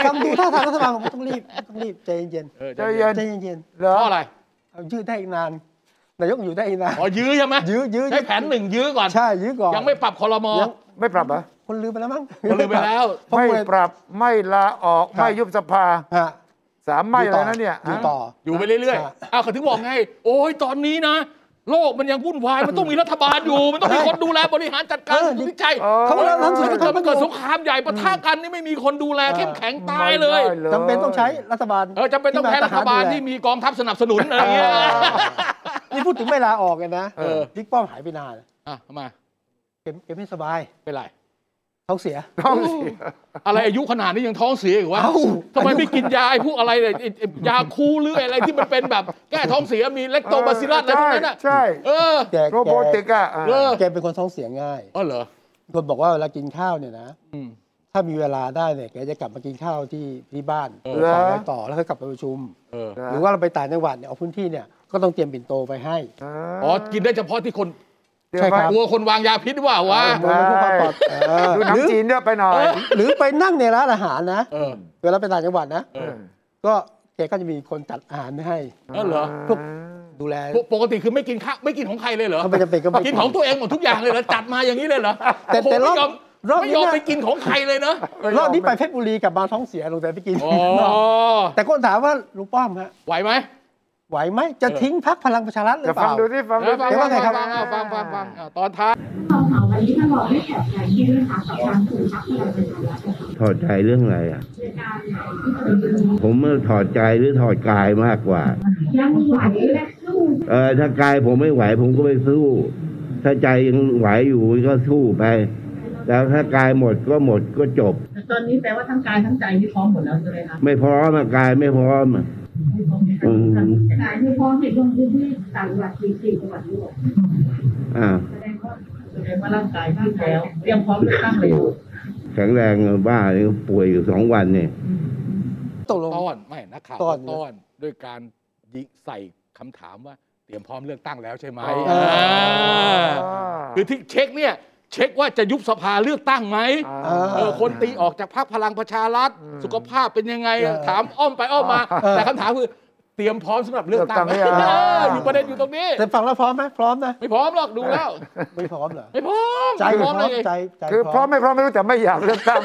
[SPEAKER 1] ฟังดูท่าทางรัฐบาลผมต้องรีบต้องรีบใจเย็น
[SPEAKER 2] เออ
[SPEAKER 3] ใจ
[SPEAKER 2] ใจเย็น
[SPEAKER 1] ๆใจ
[SPEAKER 3] เย็น
[SPEAKER 1] เย็น
[SPEAKER 3] เหรอ
[SPEAKER 2] เพราะอะไร
[SPEAKER 1] ๆเอายืดได้อีกนานนายกอยู่ได้อีกนาน
[SPEAKER 2] อ๋อยื้อใช่ไหม
[SPEAKER 1] ยื้อยื้อ
[SPEAKER 2] ใช้แผนหนึ่งยื้อก่อน
[SPEAKER 1] ใช่ยื้อก่อน
[SPEAKER 2] ยังไม่ปรับคอรมอ
[SPEAKER 1] ยัง
[SPEAKER 3] ไม่ปรับเหรอ
[SPEAKER 1] คนลืมไปแล้วมั้ง
[SPEAKER 2] คนลืมไปแล้ว
[SPEAKER 1] เพราะ
[SPEAKER 3] ไม่
[SPEAKER 1] คน
[SPEAKER 3] ปรับไม่ลาออก
[SPEAKER 1] ครับ
[SPEAKER 3] ไม่ยุบสภา
[SPEAKER 1] ฮะ
[SPEAKER 3] สามไม่อะไรนะเนี่ย
[SPEAKER 1] อยู่ต่อ
[SPEAKER 2] อยู่ไปเรื่อย
[SPEAKER 1] ใช่
[SPEAKER 2] ๆอ้าวเขาถึงบอกไง โอ้ยตอนนี้นะ โลกมันยังวุ่นวาย มันต้องมีรัฐบาลอยู่ มันต้องมีคนดูแลบริหารจัดการสุทธิชัย
[SPEAKER 3] ออ
[SPEAKER 1] เขาไม่รับหนังสือ
[SPEAKER 2] ถ้าเกิดมันเกิดสงครามใหญ่ปะทะกันนี่ไม่มีคนดูแลเข้มแข็งตายเลย
[SPEAKER 3] ไม่ได้
[SPEAKER 1] จำเป็นต้องใช้รัฐบาล
[SPEAKER 2] เออจำเป็นต้องแพ้รัฐบาลที่มีกองทัพสนับสนุนอะไรเงี้ย
[SPEAKER 1] นี่พูดถึงไม่ลาออกกันนะ
[SPEAKER 2] เออ
[SPEAKER 1] บิ๊กป้อมหายไปนาน
[SPEAKER 2] อ่ะมา
[SPEAKER 1] เก็บเก็บไม่สบาย
[SPEAKER 2] เป็นไร
[SPEAKER 1] ท้องเสีย
[SPEAKER 3] ต้องเสีย
[SPEAKER 2] อะไรอายุขนาดนี้ยังท้องเสียอีกวะ
[SPEAKER 1] เอ้า
[SPEAKER 2] ทำไมไม่กินยาไอ้พวกอะไรเนี่ยไอ้ไอ้ยาคูหรืออะไรที่มันเป็นแบบ แก้ท้องเสียมีเลกโตบาซิลลัสอะไรพวกนั้นอ่ะ
[SPEAKER 3] ใช่
[SPEAKER 2] เออ
[SPEAKER 1] แก
[SPEAKER 3] ใช่โรโบติกอ่ะอ่ะ
[SPEAKER 2] เออ
[SPEAKER 1] แกเป็นคนท้องเสียง่าย
[SPEAKER 2] อ๋อเหรอ
[SPEAKER 1] คนบอกว่าเวลากินข้าวเนี่ยนะ
[SPEAKER 2] อืม
[SPEAKER 1] ถ้ามีเวลาได้เนี่ยแกจะกลับมากินข้าวที่ที่บ้าน
[SPEAKER 2] เออ
[SPEAKER 1] ฝากไว้ต่อแล้วค่อยกลับไปประชุม
[SPEAKER 2] เออ
[SPEAKER 1] หรือว่าเราไปต่างจังหวัดเนี่ยเอาพื้นที่เนี่ยก็ต้องเตรียมปิ่นโตไปให้
[SPEAKER 2] อ๋อกินได้เฉพาะที่คน
[SPEAKER 3] เดี๋ยว
[SPEAKER 1] ใช่ครับ
[SPEAKER 2] กลัวคนวางยาพิษหรือเปล่าวะ
[SPEAKER 1] มันเป็นเพื่อความปลอดเออ
[SPEAKER 3] ดูหนั
[SPEAKER 1] ห
[SPEAKER 3] ง
[SPEAKER 1] รือ
[SPEAKER 3] จีนเนี่ยไปหน่อย
[SPEAKER 1] หรือไปนั่งในร้านอาหารนะ
[SPEAKER 2] เออ
[SPEAKER 1] เวลาไปต่างจังหวัดนะ
[SPEAKER 2] เออ
[SPEAKER 1] ก็แกก็จะมีคนจัดอาหารให้
[SPEAKER 2] เออเหรอ
[SPEAKER 1] พวก ดูแล
[SPEAKER 2] ปกปกติคือไม่กินข้าวไม่กินของใครเลยเหรอ
[SPEAKER 1] ก็ไม่จำเป็นก็ไม่กิน
[SPEAKER 2] กินของตัวเองหมดทุกอย่างเลยเหรอจัดมาอย่างนี้เลยเหรอ
[SPEAKER 1] แต่แต่รอบ
[SPEAKER 2] โโหไม่
[SPEAKER 1] รอบนี้
[SPEAKER 2] ยอมไม่ยอม
[SPEAKER 1] น่ะ
[SPEAKER 2] ไปกินของใครเลยเนอะ
[SPEAKER 1] รอบนี้ไปเพชรบุรีกลับมาท้องเสียลงแต่ไปกิน
[SPEAKER 2] อ๋อ
[SPEAKER 1] แต่คนถามว่าลุงป้อมฮะ
[SPEAKER 2] ไหวไหม
[SPEAKER 1] ไหวไหมจะทิ้งพักพลังประชารัฐหรือ
[SPEAKER 3] จะ
[SPEAKER 1] เป
[SPEAKER 3] ฟัง
[SPEAKER 1] ล่า
[SPEAKER 3] ดูที่ฟังดู
[SPEAKER 2] ฟังฟัง
[SPEAKER 3] สิ
[SPEAKER 1] เดี๋ยวว่าไงครับ
[SPEAKER 2] ฟังอ่ะฟังฟังฟังอ่ะตอนท้าย
[SPEAKER 5] ความเหงาวันนี้มันบอกให้แขกใจยื่นค่ะกับการถูกชักที่เราเป็นสัญลักษณ์นะคะ
[SPEAKER 6] ถอดใจเรื่องอะไรอ่ะ
[SPEAKER 5] ในการไหนที่เคยเป็น
[SPEAKER 6] ผมเมื่อถอดใจหรือถอดกายมากกว่า
[SPEAKER 5] ยังไหวและสู้
[SPEAKER 6] เออถ้ากายผมไม่ไหวผมก็ไปสู้ ถ้าใจยังไหวอยู่ก็สู้ไป แล้วถ้ากายหมดก็หมดก็จบ
[SPEAKER 5] แต่ตอนนี้แปลว่าทั้งกายทั้งใจนี่พร้อมหมดแล้วใช่ไหมคะ
[SPEAKER 6] ไม่พร้อมอะกายไม่พร้อมอะ
[SPEAKER 5] ไม่พร้อมที่จะ
[SPEAKER 6] อืม
[SPEAKER 5] กายไม่พร้อมที่ลงพื้นที่ต่างจังหวัดสี่สี่จังหวัดยุโรป
[SPEAKER 6] อ่าว
[SPEAKER 5] แสดงว่าแสดงว่าร่างกายพร้อมแล้วเตรียมพร้อมเลือกตั้งเลย
[SPEAKER 6] แข็งแรงบ้าเลยป่วยอยู่สองวันเนี่ย
[SPEAKER 1] ตกลง
[SPEAKER 2] ต้อนไม่นักข่าว
[SPEAKER 1] ต้อน
[SPEAKER 2] ก็ต้อนด้วยการยิงใส่คำถามว่า เตรียมพร้อมเลือกตั้งแล้วใช่ไหม
[SPEAKER 3] อ๋ออ่
[SPEAKER 2] า
[SPEAKER 3] อ่า
[SPEAKER 2] คือที่เช็คเนี่ย เช็คว่าจะยุบสภาเลือกตั้งไหม
[SPEAKER 1] เออ
[SPEAKER 2] เออคนตีออกจากพรรคพลังประชารัฐ สุขภาพเป็นยังไง ถามอ้อมไปอ้อมมา แต่คำถามคือเตรียมพร้อมสำหรับเลือกตั้งไหม
[SPEAKER 3] เลือกตั้งหรือ
[SPEAKER 2] เ
[SPEAKER 3] ยัง
[SPEAKER 2] อออยู่ประเด็นอยู่ตรงนี้
[SPEAKER 1] แต่ฟังแล้วพร้อมไหมพร้อมนะ
[SPEAKER 2] ไม่พร้อมหรอกดูแล้ว
[SPEAKER 1] ไม่พร้อมเหรอ
[SPEAKER 2] ไม่พร้อม
[SPEAKER 1] ใจ
[SPEAKER 2] ไม่
[SPEAKER 1] พ
[SPEAKER 2] พ
[SPEAKER 1] ร้
[SPEAKER 2] ร้
[SPEAKER 1] อม
[SPEAKER 2] อมได้ไง
[SPEAKER 1] ใจใจ
[SPEAKER 3] คือพร้อมไม่พร้อมไม่รู้แต่ไม่อยากเลือกตั้ง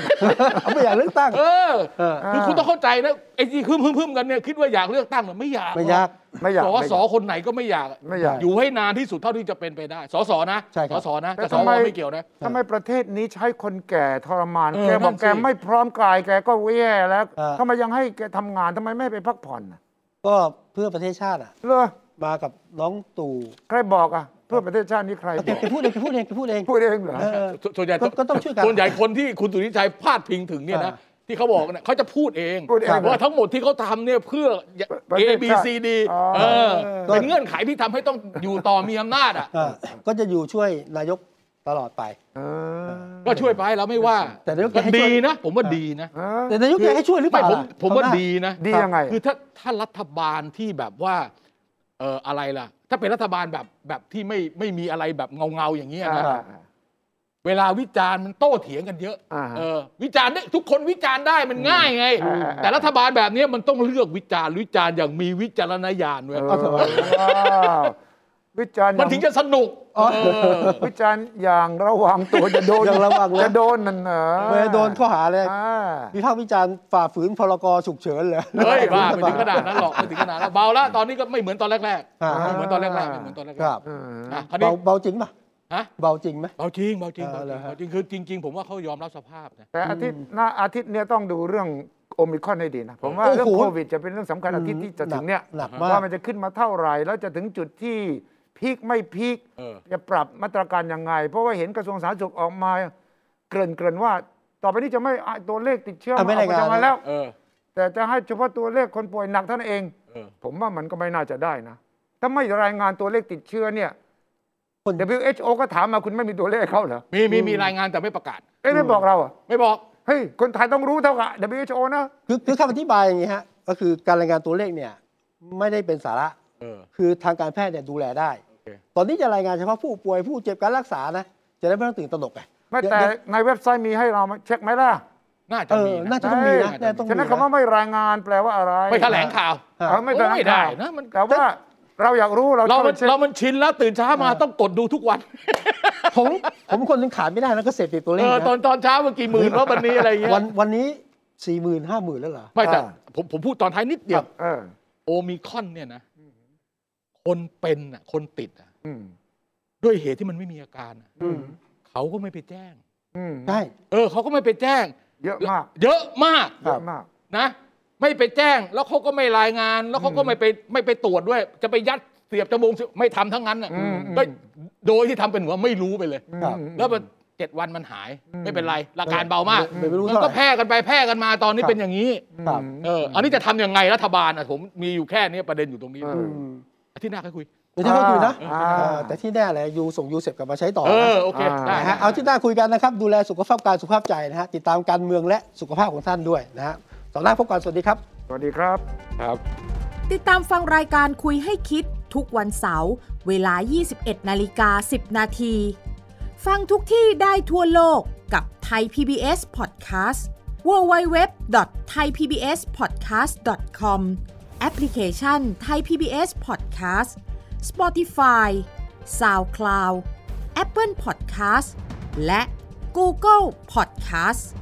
[SPEAKER 1] เอาไม่อยากเลือกตั้ง
[SPEAKER 2] เออ
[SPEAKER 1] เออ
[SPEAKER 2] คือคุณต้องเข้าใจนะไอ้ที่พึ่มๆกันเนี่ยคิดว่าอยากเลือกตั้งหรือไม่อยากหรอ
[SPEAKER 1] ไม่ยาก
[SPEAKER 3] ไม่อยาก
[SPEAKER 2] สอ
[SPEAKER 3] ไม่
[SPEAKER 2] สอย
[SPEAKER 3] อาก
[SPEAKER 2] คนไหนก็ไม่อยาก
[SPEAKER 3] ไม่อยาก
[SPEAKER 2] อยู่ให้นานที่สุดเท่าที่จะเป็นไปได้ สอสอนะ
[SPEAKER 1] ใช่ครั
[SPEAKER 2] สอบ สอนะ
[SPEAKER 3] แต่
[SPEAKER 2] แต่สอว
[SPEAKER 3] ทำไม
[SPEAKER 2] ไม่เกี่ยวนะ
[SPEAKER 3] ทำไมประเทศนี้ใช้คนแก่ทรมาน
[SPEAKER 2] เออ
[SPEAKER 3] แกบ
[SPEAKER 2] นั่
[SPEAKER 3] อ
[SPEAKER 2] น
[SPEAKER 3] ก
[SPEAKER 2] สิ
[SPEAKER 3] แกไม่พร้อมกายแกก็แย่แล้ว
[SPEAKER 1] เออ
[SPEAKER 3] ทำไมยังให้แกทำงานทำไมไม่ให้ไปพักผ่อนน่ะ
[SPEAKER 1] ก็เพื่อประเทศชาติอ่ะ
[SPEAKER 3] เลอ
[SPEAKER 1] มากับน้องตู่
[SPEAKER 3] ใครบอกอ่ะ เพื่อประเทศชาตินี้ใคร
[SPEAKER 1] เอา
[SPEAKER 3] บ
[SPEAKER 1] แก
[SPEAKER 3] อก
[SPEAKER 1] แกพูดเองแกพูดเองแกพูดเอง
[SPEAKER 3] พูดเองเหรอ
[SPEAKER 1] เออเออ
[SPEAKER 2] สส่วนใหญ่
[SPEAKER 1] ก็ก็ต้องช่วยกัน
[SPEAKER 2] ส่วนใหญ่คนที่คุณสุนิชัยพาดพิงถึงเนี่ยนะ
[SPEAKER 1] อ่า
[SPEAKER 2] ที่เขาบอกเนี่ยเขาจะพูดเอง
[SPEAKER 3] พูดเอง
[SPEAKER 2] ว่าทั้งหมดที่เขาทำเนี่ยเพื่อ
[SPEAKER 3] ประ
[SPEAKER 2] A
[SPEAKER 3] เทศ
[SPEAKER 2] B
[SPEAKER 3] ชาติ
[SPEAKER 2] C D
[SPEAKER 3] อ๋อ
[SPEAKER 2] เออ
[SPEAKER 1] ก็
[SPEAKER 2] เป็นเงื่อนไขที่ทำให้ต้องอยู่ต่อมีอำนาจอ่ะ
[SPEAKER 1] เออก็จะอยู่ช่วยนายกตลอดไป
[SPEAKER 3] เออ
[SPEAKER 2] ก็ช่วยไปแล้วไม่ว่า
[SPEAKER 1] แต่เดี๋ยวแกให้ช่วย
[SPEAKER 2] ดีนะ ผมว่าดีนะ
[SPEAKER 3] เออ
[SPEAKER 1] แต่นายกแกให้ช่วยหรือเป
[SPEAKER 2] ไม่
[SPEAKER 1] ล่า
[SPEAKER 2] ผม
[SPEAKER 1] ล่ะ
[SPEAKER 2] ผมว่า
[SPEAKER 1] ครหน้
[SPEAKER 2] ดีนะ
[SPEAKER 3] ดียังไงอะ
[SPEAKER 2] คือถ้าถ้ารัฐบาลที่แบบว่าเอออะไรล่ะ ถ้าเป็นรัฐบาลแบบแบบที่ไม่ไม่มีอะไรแบบเงาเงาๆอย่างนี้ยนะเวลาวิจารณ์มันโต้เถียงกันเยอะ
[SPEAKER 3] อ่าฮะ
[SPEAKER 2] เออวิจารณ์ได้ทุกคนวิจารณ์ได้มันง่ายไง
[SPEAKER 3] อ่าอ่าอ่า
[SPEAKER 2] แต่รัฐบาลแบบเนี้ยมันต้องเลือกวิจารณ์วิจารณ์อย่างมีวิจารณญาณเว้ย
[SPEAKER 3] เออว้าววิจารณ์อ
[SPEAKER 2] มัน
[SPEAKER 3] ย่าง
[SPEAKER 2] ถึงจะสนุก
[SPEAKER 1] อ๋อ
[SPEAKER 2] เออ
[SPEAKER 3] วิจารณ์อย่างระวังตัวจะโดน
[SPEAKER 1] อย่างระวังนะ
[SPEAKER 3] จะโดนนั่นเหรอ
[SPEAKER 1] เมื่อโดนข้อหาเลย
[SPEAKER 3] อ่า
[SPEAKER 1] วิพากษ์วิจารณ์ฝ่าฝืนพรกฉุกเฉินเหรอ
[SPEAKER 2] เฮ้ยบ้าไม่ถึงขนาดนั้นหรอกไม่ถึงขนาดนั้นเบาแล้วตอนนี้ก็ไม่เหมือนตอนแรก
[SPEAKER 1] อ่า
[SPEAKER 2] ๆไม่เหมือนตอนแรกๆไม่เหมือนตอนแรก
[SPEAKER 1] ครับ
[SPEAKER 2] ๆอ่ะคราวนี้
[SPEAKER 1] เบาเบาจริงป่ะ
[SPEAKER 2] ฮะ
[SPEAKER 1] เบาจริงไหม
[SPEAKER 2] เบาจริงเบาจริง
[SPEAKER 1] เอ
[SPEAKER 2] เบา
[SPEAKER 1] อ
[SPEAKER 2] จ
[SPEAKER 1] เหร
[SPEAKER 2] ริ
[SPEAKER 1] องฮะ
[SPEAKER 2] เบาจริงคือจริง ๆ ผมว่าเขายอมรับสภาพนะ
[SPEAKER 3] แต่อาทิตย์หน้าอาทิตย์เนี่ยต้องดูเรื่องโอมิครอนให้ดีนะ ผมว่า
[SPEAKER 1] โอ้โห
[SPEAKER 3] เรื่องโควิดจะเป็นเรื่องสำคัญอาทิตย์ที่จะถึงเนี่ย
[SPEAKER 1] หนักมาก
[SPEAKER 3] ว่ามันจะขึ้นมาเท่าไหร่ แล้วจะถึงจุดที่พีคไม่พีค
[SPEAKER 2] เออ
[SPEAKER 3] จะปรับมาตรการยังไง เพราะว่าเห็นกระทรวงสาธารณสุขออกมา เกริ่นเกริ่นว่า ต่อไปนี้จะไม่เอาตัวเลขติดเชื้อ
[SPEAKER 1] อ่ะไม่
[SPEAKER 3] มาอ
[SPEAKER 1] รา
[SPEAKER 3] อกมาง
[SPEAKER 1] ยาน
[SPEAKER 3] จะมาแล้ว
[SPEAKER 2] เออ
[SPEAKER 3] แต่จะให้เฉพาะตัวเลขคนป่วยหนักเท่านั้นเอง
[SPEAKER 2] เออ
[SPEAKER 3] ผมว่ามันก็ไม่น่าจะได้นะ ถ้าไม่รายงานตัวเลขติดเชื้อเนี่ย
[SPEAKER 1] คน
[SPEAKER 3] WHO ก็ถามมาคุณไม่มีตัวเลขเขาเหรอ
[SPEAKER 2] มีมีมีรายงานแต่ไม่ประกาศ
[SPEAKER 3] เอ้ยไม่บอกเราอ่ะ
[SPEAKER 2] ไม่บอก
[SPEAKER 3] เฮ้ยคนไทยต้องรู้เท่ากับ WHO นะ
[SPEAKER 1] คือคือคำอธิบายอย่างนี้ฮะก็คือการรายงานตัวเลขเนี่ยไม่ได้เป็นสาระ
[SPEAKER 2] เออ
[SPEAKER 1] คือทางการแพทย์เนี่ยดูแลได้
[SPEAKER 2] โอเค
[SPEAKER 1] ตอนนี้จะรายงานเฉพาะผู้ป่วยผู้เจ็บการรักษานะ จะได้ไม่ต้องตื่นตระหนกไง
[SPEAKER 3] ไม่แต่
[SPEAKER 1] เดี๋ยว
[SPEAKER 3] ในเว็บไซต์มีให้เรามาเช็คไหมล่ะ
[SPEAKER 2] น่าจะ
[SPEAKER 1] เออ
[SPEAKER 2] มี
[SPEAKER 1] น่าจะต้องมีนะ
[SPEAKER 2] าจ
[SPEAKER 1] น่าจะต้อง
[SPEAKER 3] ฉะนั้นคำว่าไม่รายงานแปลว่าอะไร
[SPEAKER 2] ไม่แถลงข่าว
[SPEAKER 1] อ่า
[SPEAKER 3] เออไม่แถลง
[SPEAKER 2] โอ้ยได้
[SPEAKER 3] ข่าว
[SPEAKER 2] นะมัน
[SPEAKER 3] แต่ว่าเราอยากรู้เรา
[SPEAKER 2] เรามัน
[SPEAKER 3] ช็ค
[SPEAKER 2] เรามันชินแล้วตื่นเช้ามาต้องกดดูทุกวัน
[SPEAKER 1] ผมผมคนหนึงขาดไม่ได้นะก็เสพติดตัวเล
[SPEAKER 2] เอ
[SPEAKER 1] ข
[SPEAKER 2] อตอน
[SPEAKER 1] นะ
[SPEAKER 2] ตอนเช้าเมื่อกี่หมื่นว่าวันนี้อะไรเงี้ย
[SPEAKER 1] วันวันนี้สี่หมื่นห้าหมื่นแล้วเหรอ
[SPEAKER 2] ไม่แต่ผมผมพูดตอนท้ายนิดเดียว
[SPEAKER 3] เออ
[SPEAKER 2] โอมิคอนเนี่ยนะ คนเป็นอ่ะ คนติดอ่ะ
[SPEAKER 3] อืม
[SPEAKER 2] ด้วยเหตุที่มันไม่มีอาการอ่ะเขาก็ไม่ไปแจ้ง
[SPEAKER 3] อืม
[SPEAKER 1] ใช่
[SPEAKER 2] เออเขาก็ไม่ไปแจ้ง
[SPEAKER 3] เยอะมาก
[SPEAKER 2] เยอะมาก
[SPEAKER 3] เยอะมาก
[SPEAKER 2] นะไม่ไปแจ้งแล้วเขาก็ไม่รายงาน แล้วเขาก็ไม่ไปไม่ไปตรวจด้วย จะไปยัดเสียบจมูกสิไม่ทำทั้งนั้นน่ะ
[SPEAKER 3] อืมอืม
[SPEAKER 2] ก็โดยที่ทำเป็นเหมือนไม่รู้ไปเลย
[SPEAKER 1] ครับ
[SPEAKER 3] อืม
[SPEAKER 2] แล้วมันเจ็ดวันมันหาย ไม่เป็นไรหลักการเบามาก
[SPEAKER 1] ไม่ไม่รู้
[SPEAKER 2] มัน
[SPEAKER 1] เท่าไหร่
[SPEAKER 2] ก็แพร่กันไปแพร่กันมาตอนนี้เป็นอย่างนี้
[SPEAKER 1] ครับ
[SPEAKER 2] เอออันนี้จะทำยังไงรัฐบาลอ่ะผมมีอยู่แค่เนี้ยประเด็นอยู่ตรงนี้
[SPEAKER 3] อื
[SPEAKER 1] อืม
[SPEAKER 2] อาที่หน้าค่อยคุย
[SPEAKER 1] ไม่ใช่ว่าคุยนะ
[SPEAKER 3] อ่า
[SPEAKER 1] เออแต่ที่แน่เลยยูส่งยูเสพกลับมาใช้ต่อ
[SPEAKER 2] เอ
[SPEAKER 1] นะ
[SPEAKER 2] อโอเค
[SPEAKER 3] อ่า
[SPEAKER 2] ได้
[SPEAKER 1] นะฮะเอาที่หน้าคุยกันนะครับ ดูแลสุขภาพกายสุขภาพใจนะฮะติดตามการเมืองและสุขภาพของท่านด้วยนะฮะสัปดาห์พบกันสวัสดีครับ
[SPEAKER 3] สวัสดีครับ
[SPEAKER 2] ครับ
[SPEAKER 7] ติดตามฟังรายการคุยให้คิดทุกวันเสาร์เวลา 21 นาฬิกา 10 นาที ฟังทุกที่ได้ทั่วโลกกับ ไทย PBS Podcast www.thaipbspodcast.com แอปพลิเคชัน Thai PBS Podcast Spotify, SoundCloud, Apple Podcast และ Google Podcast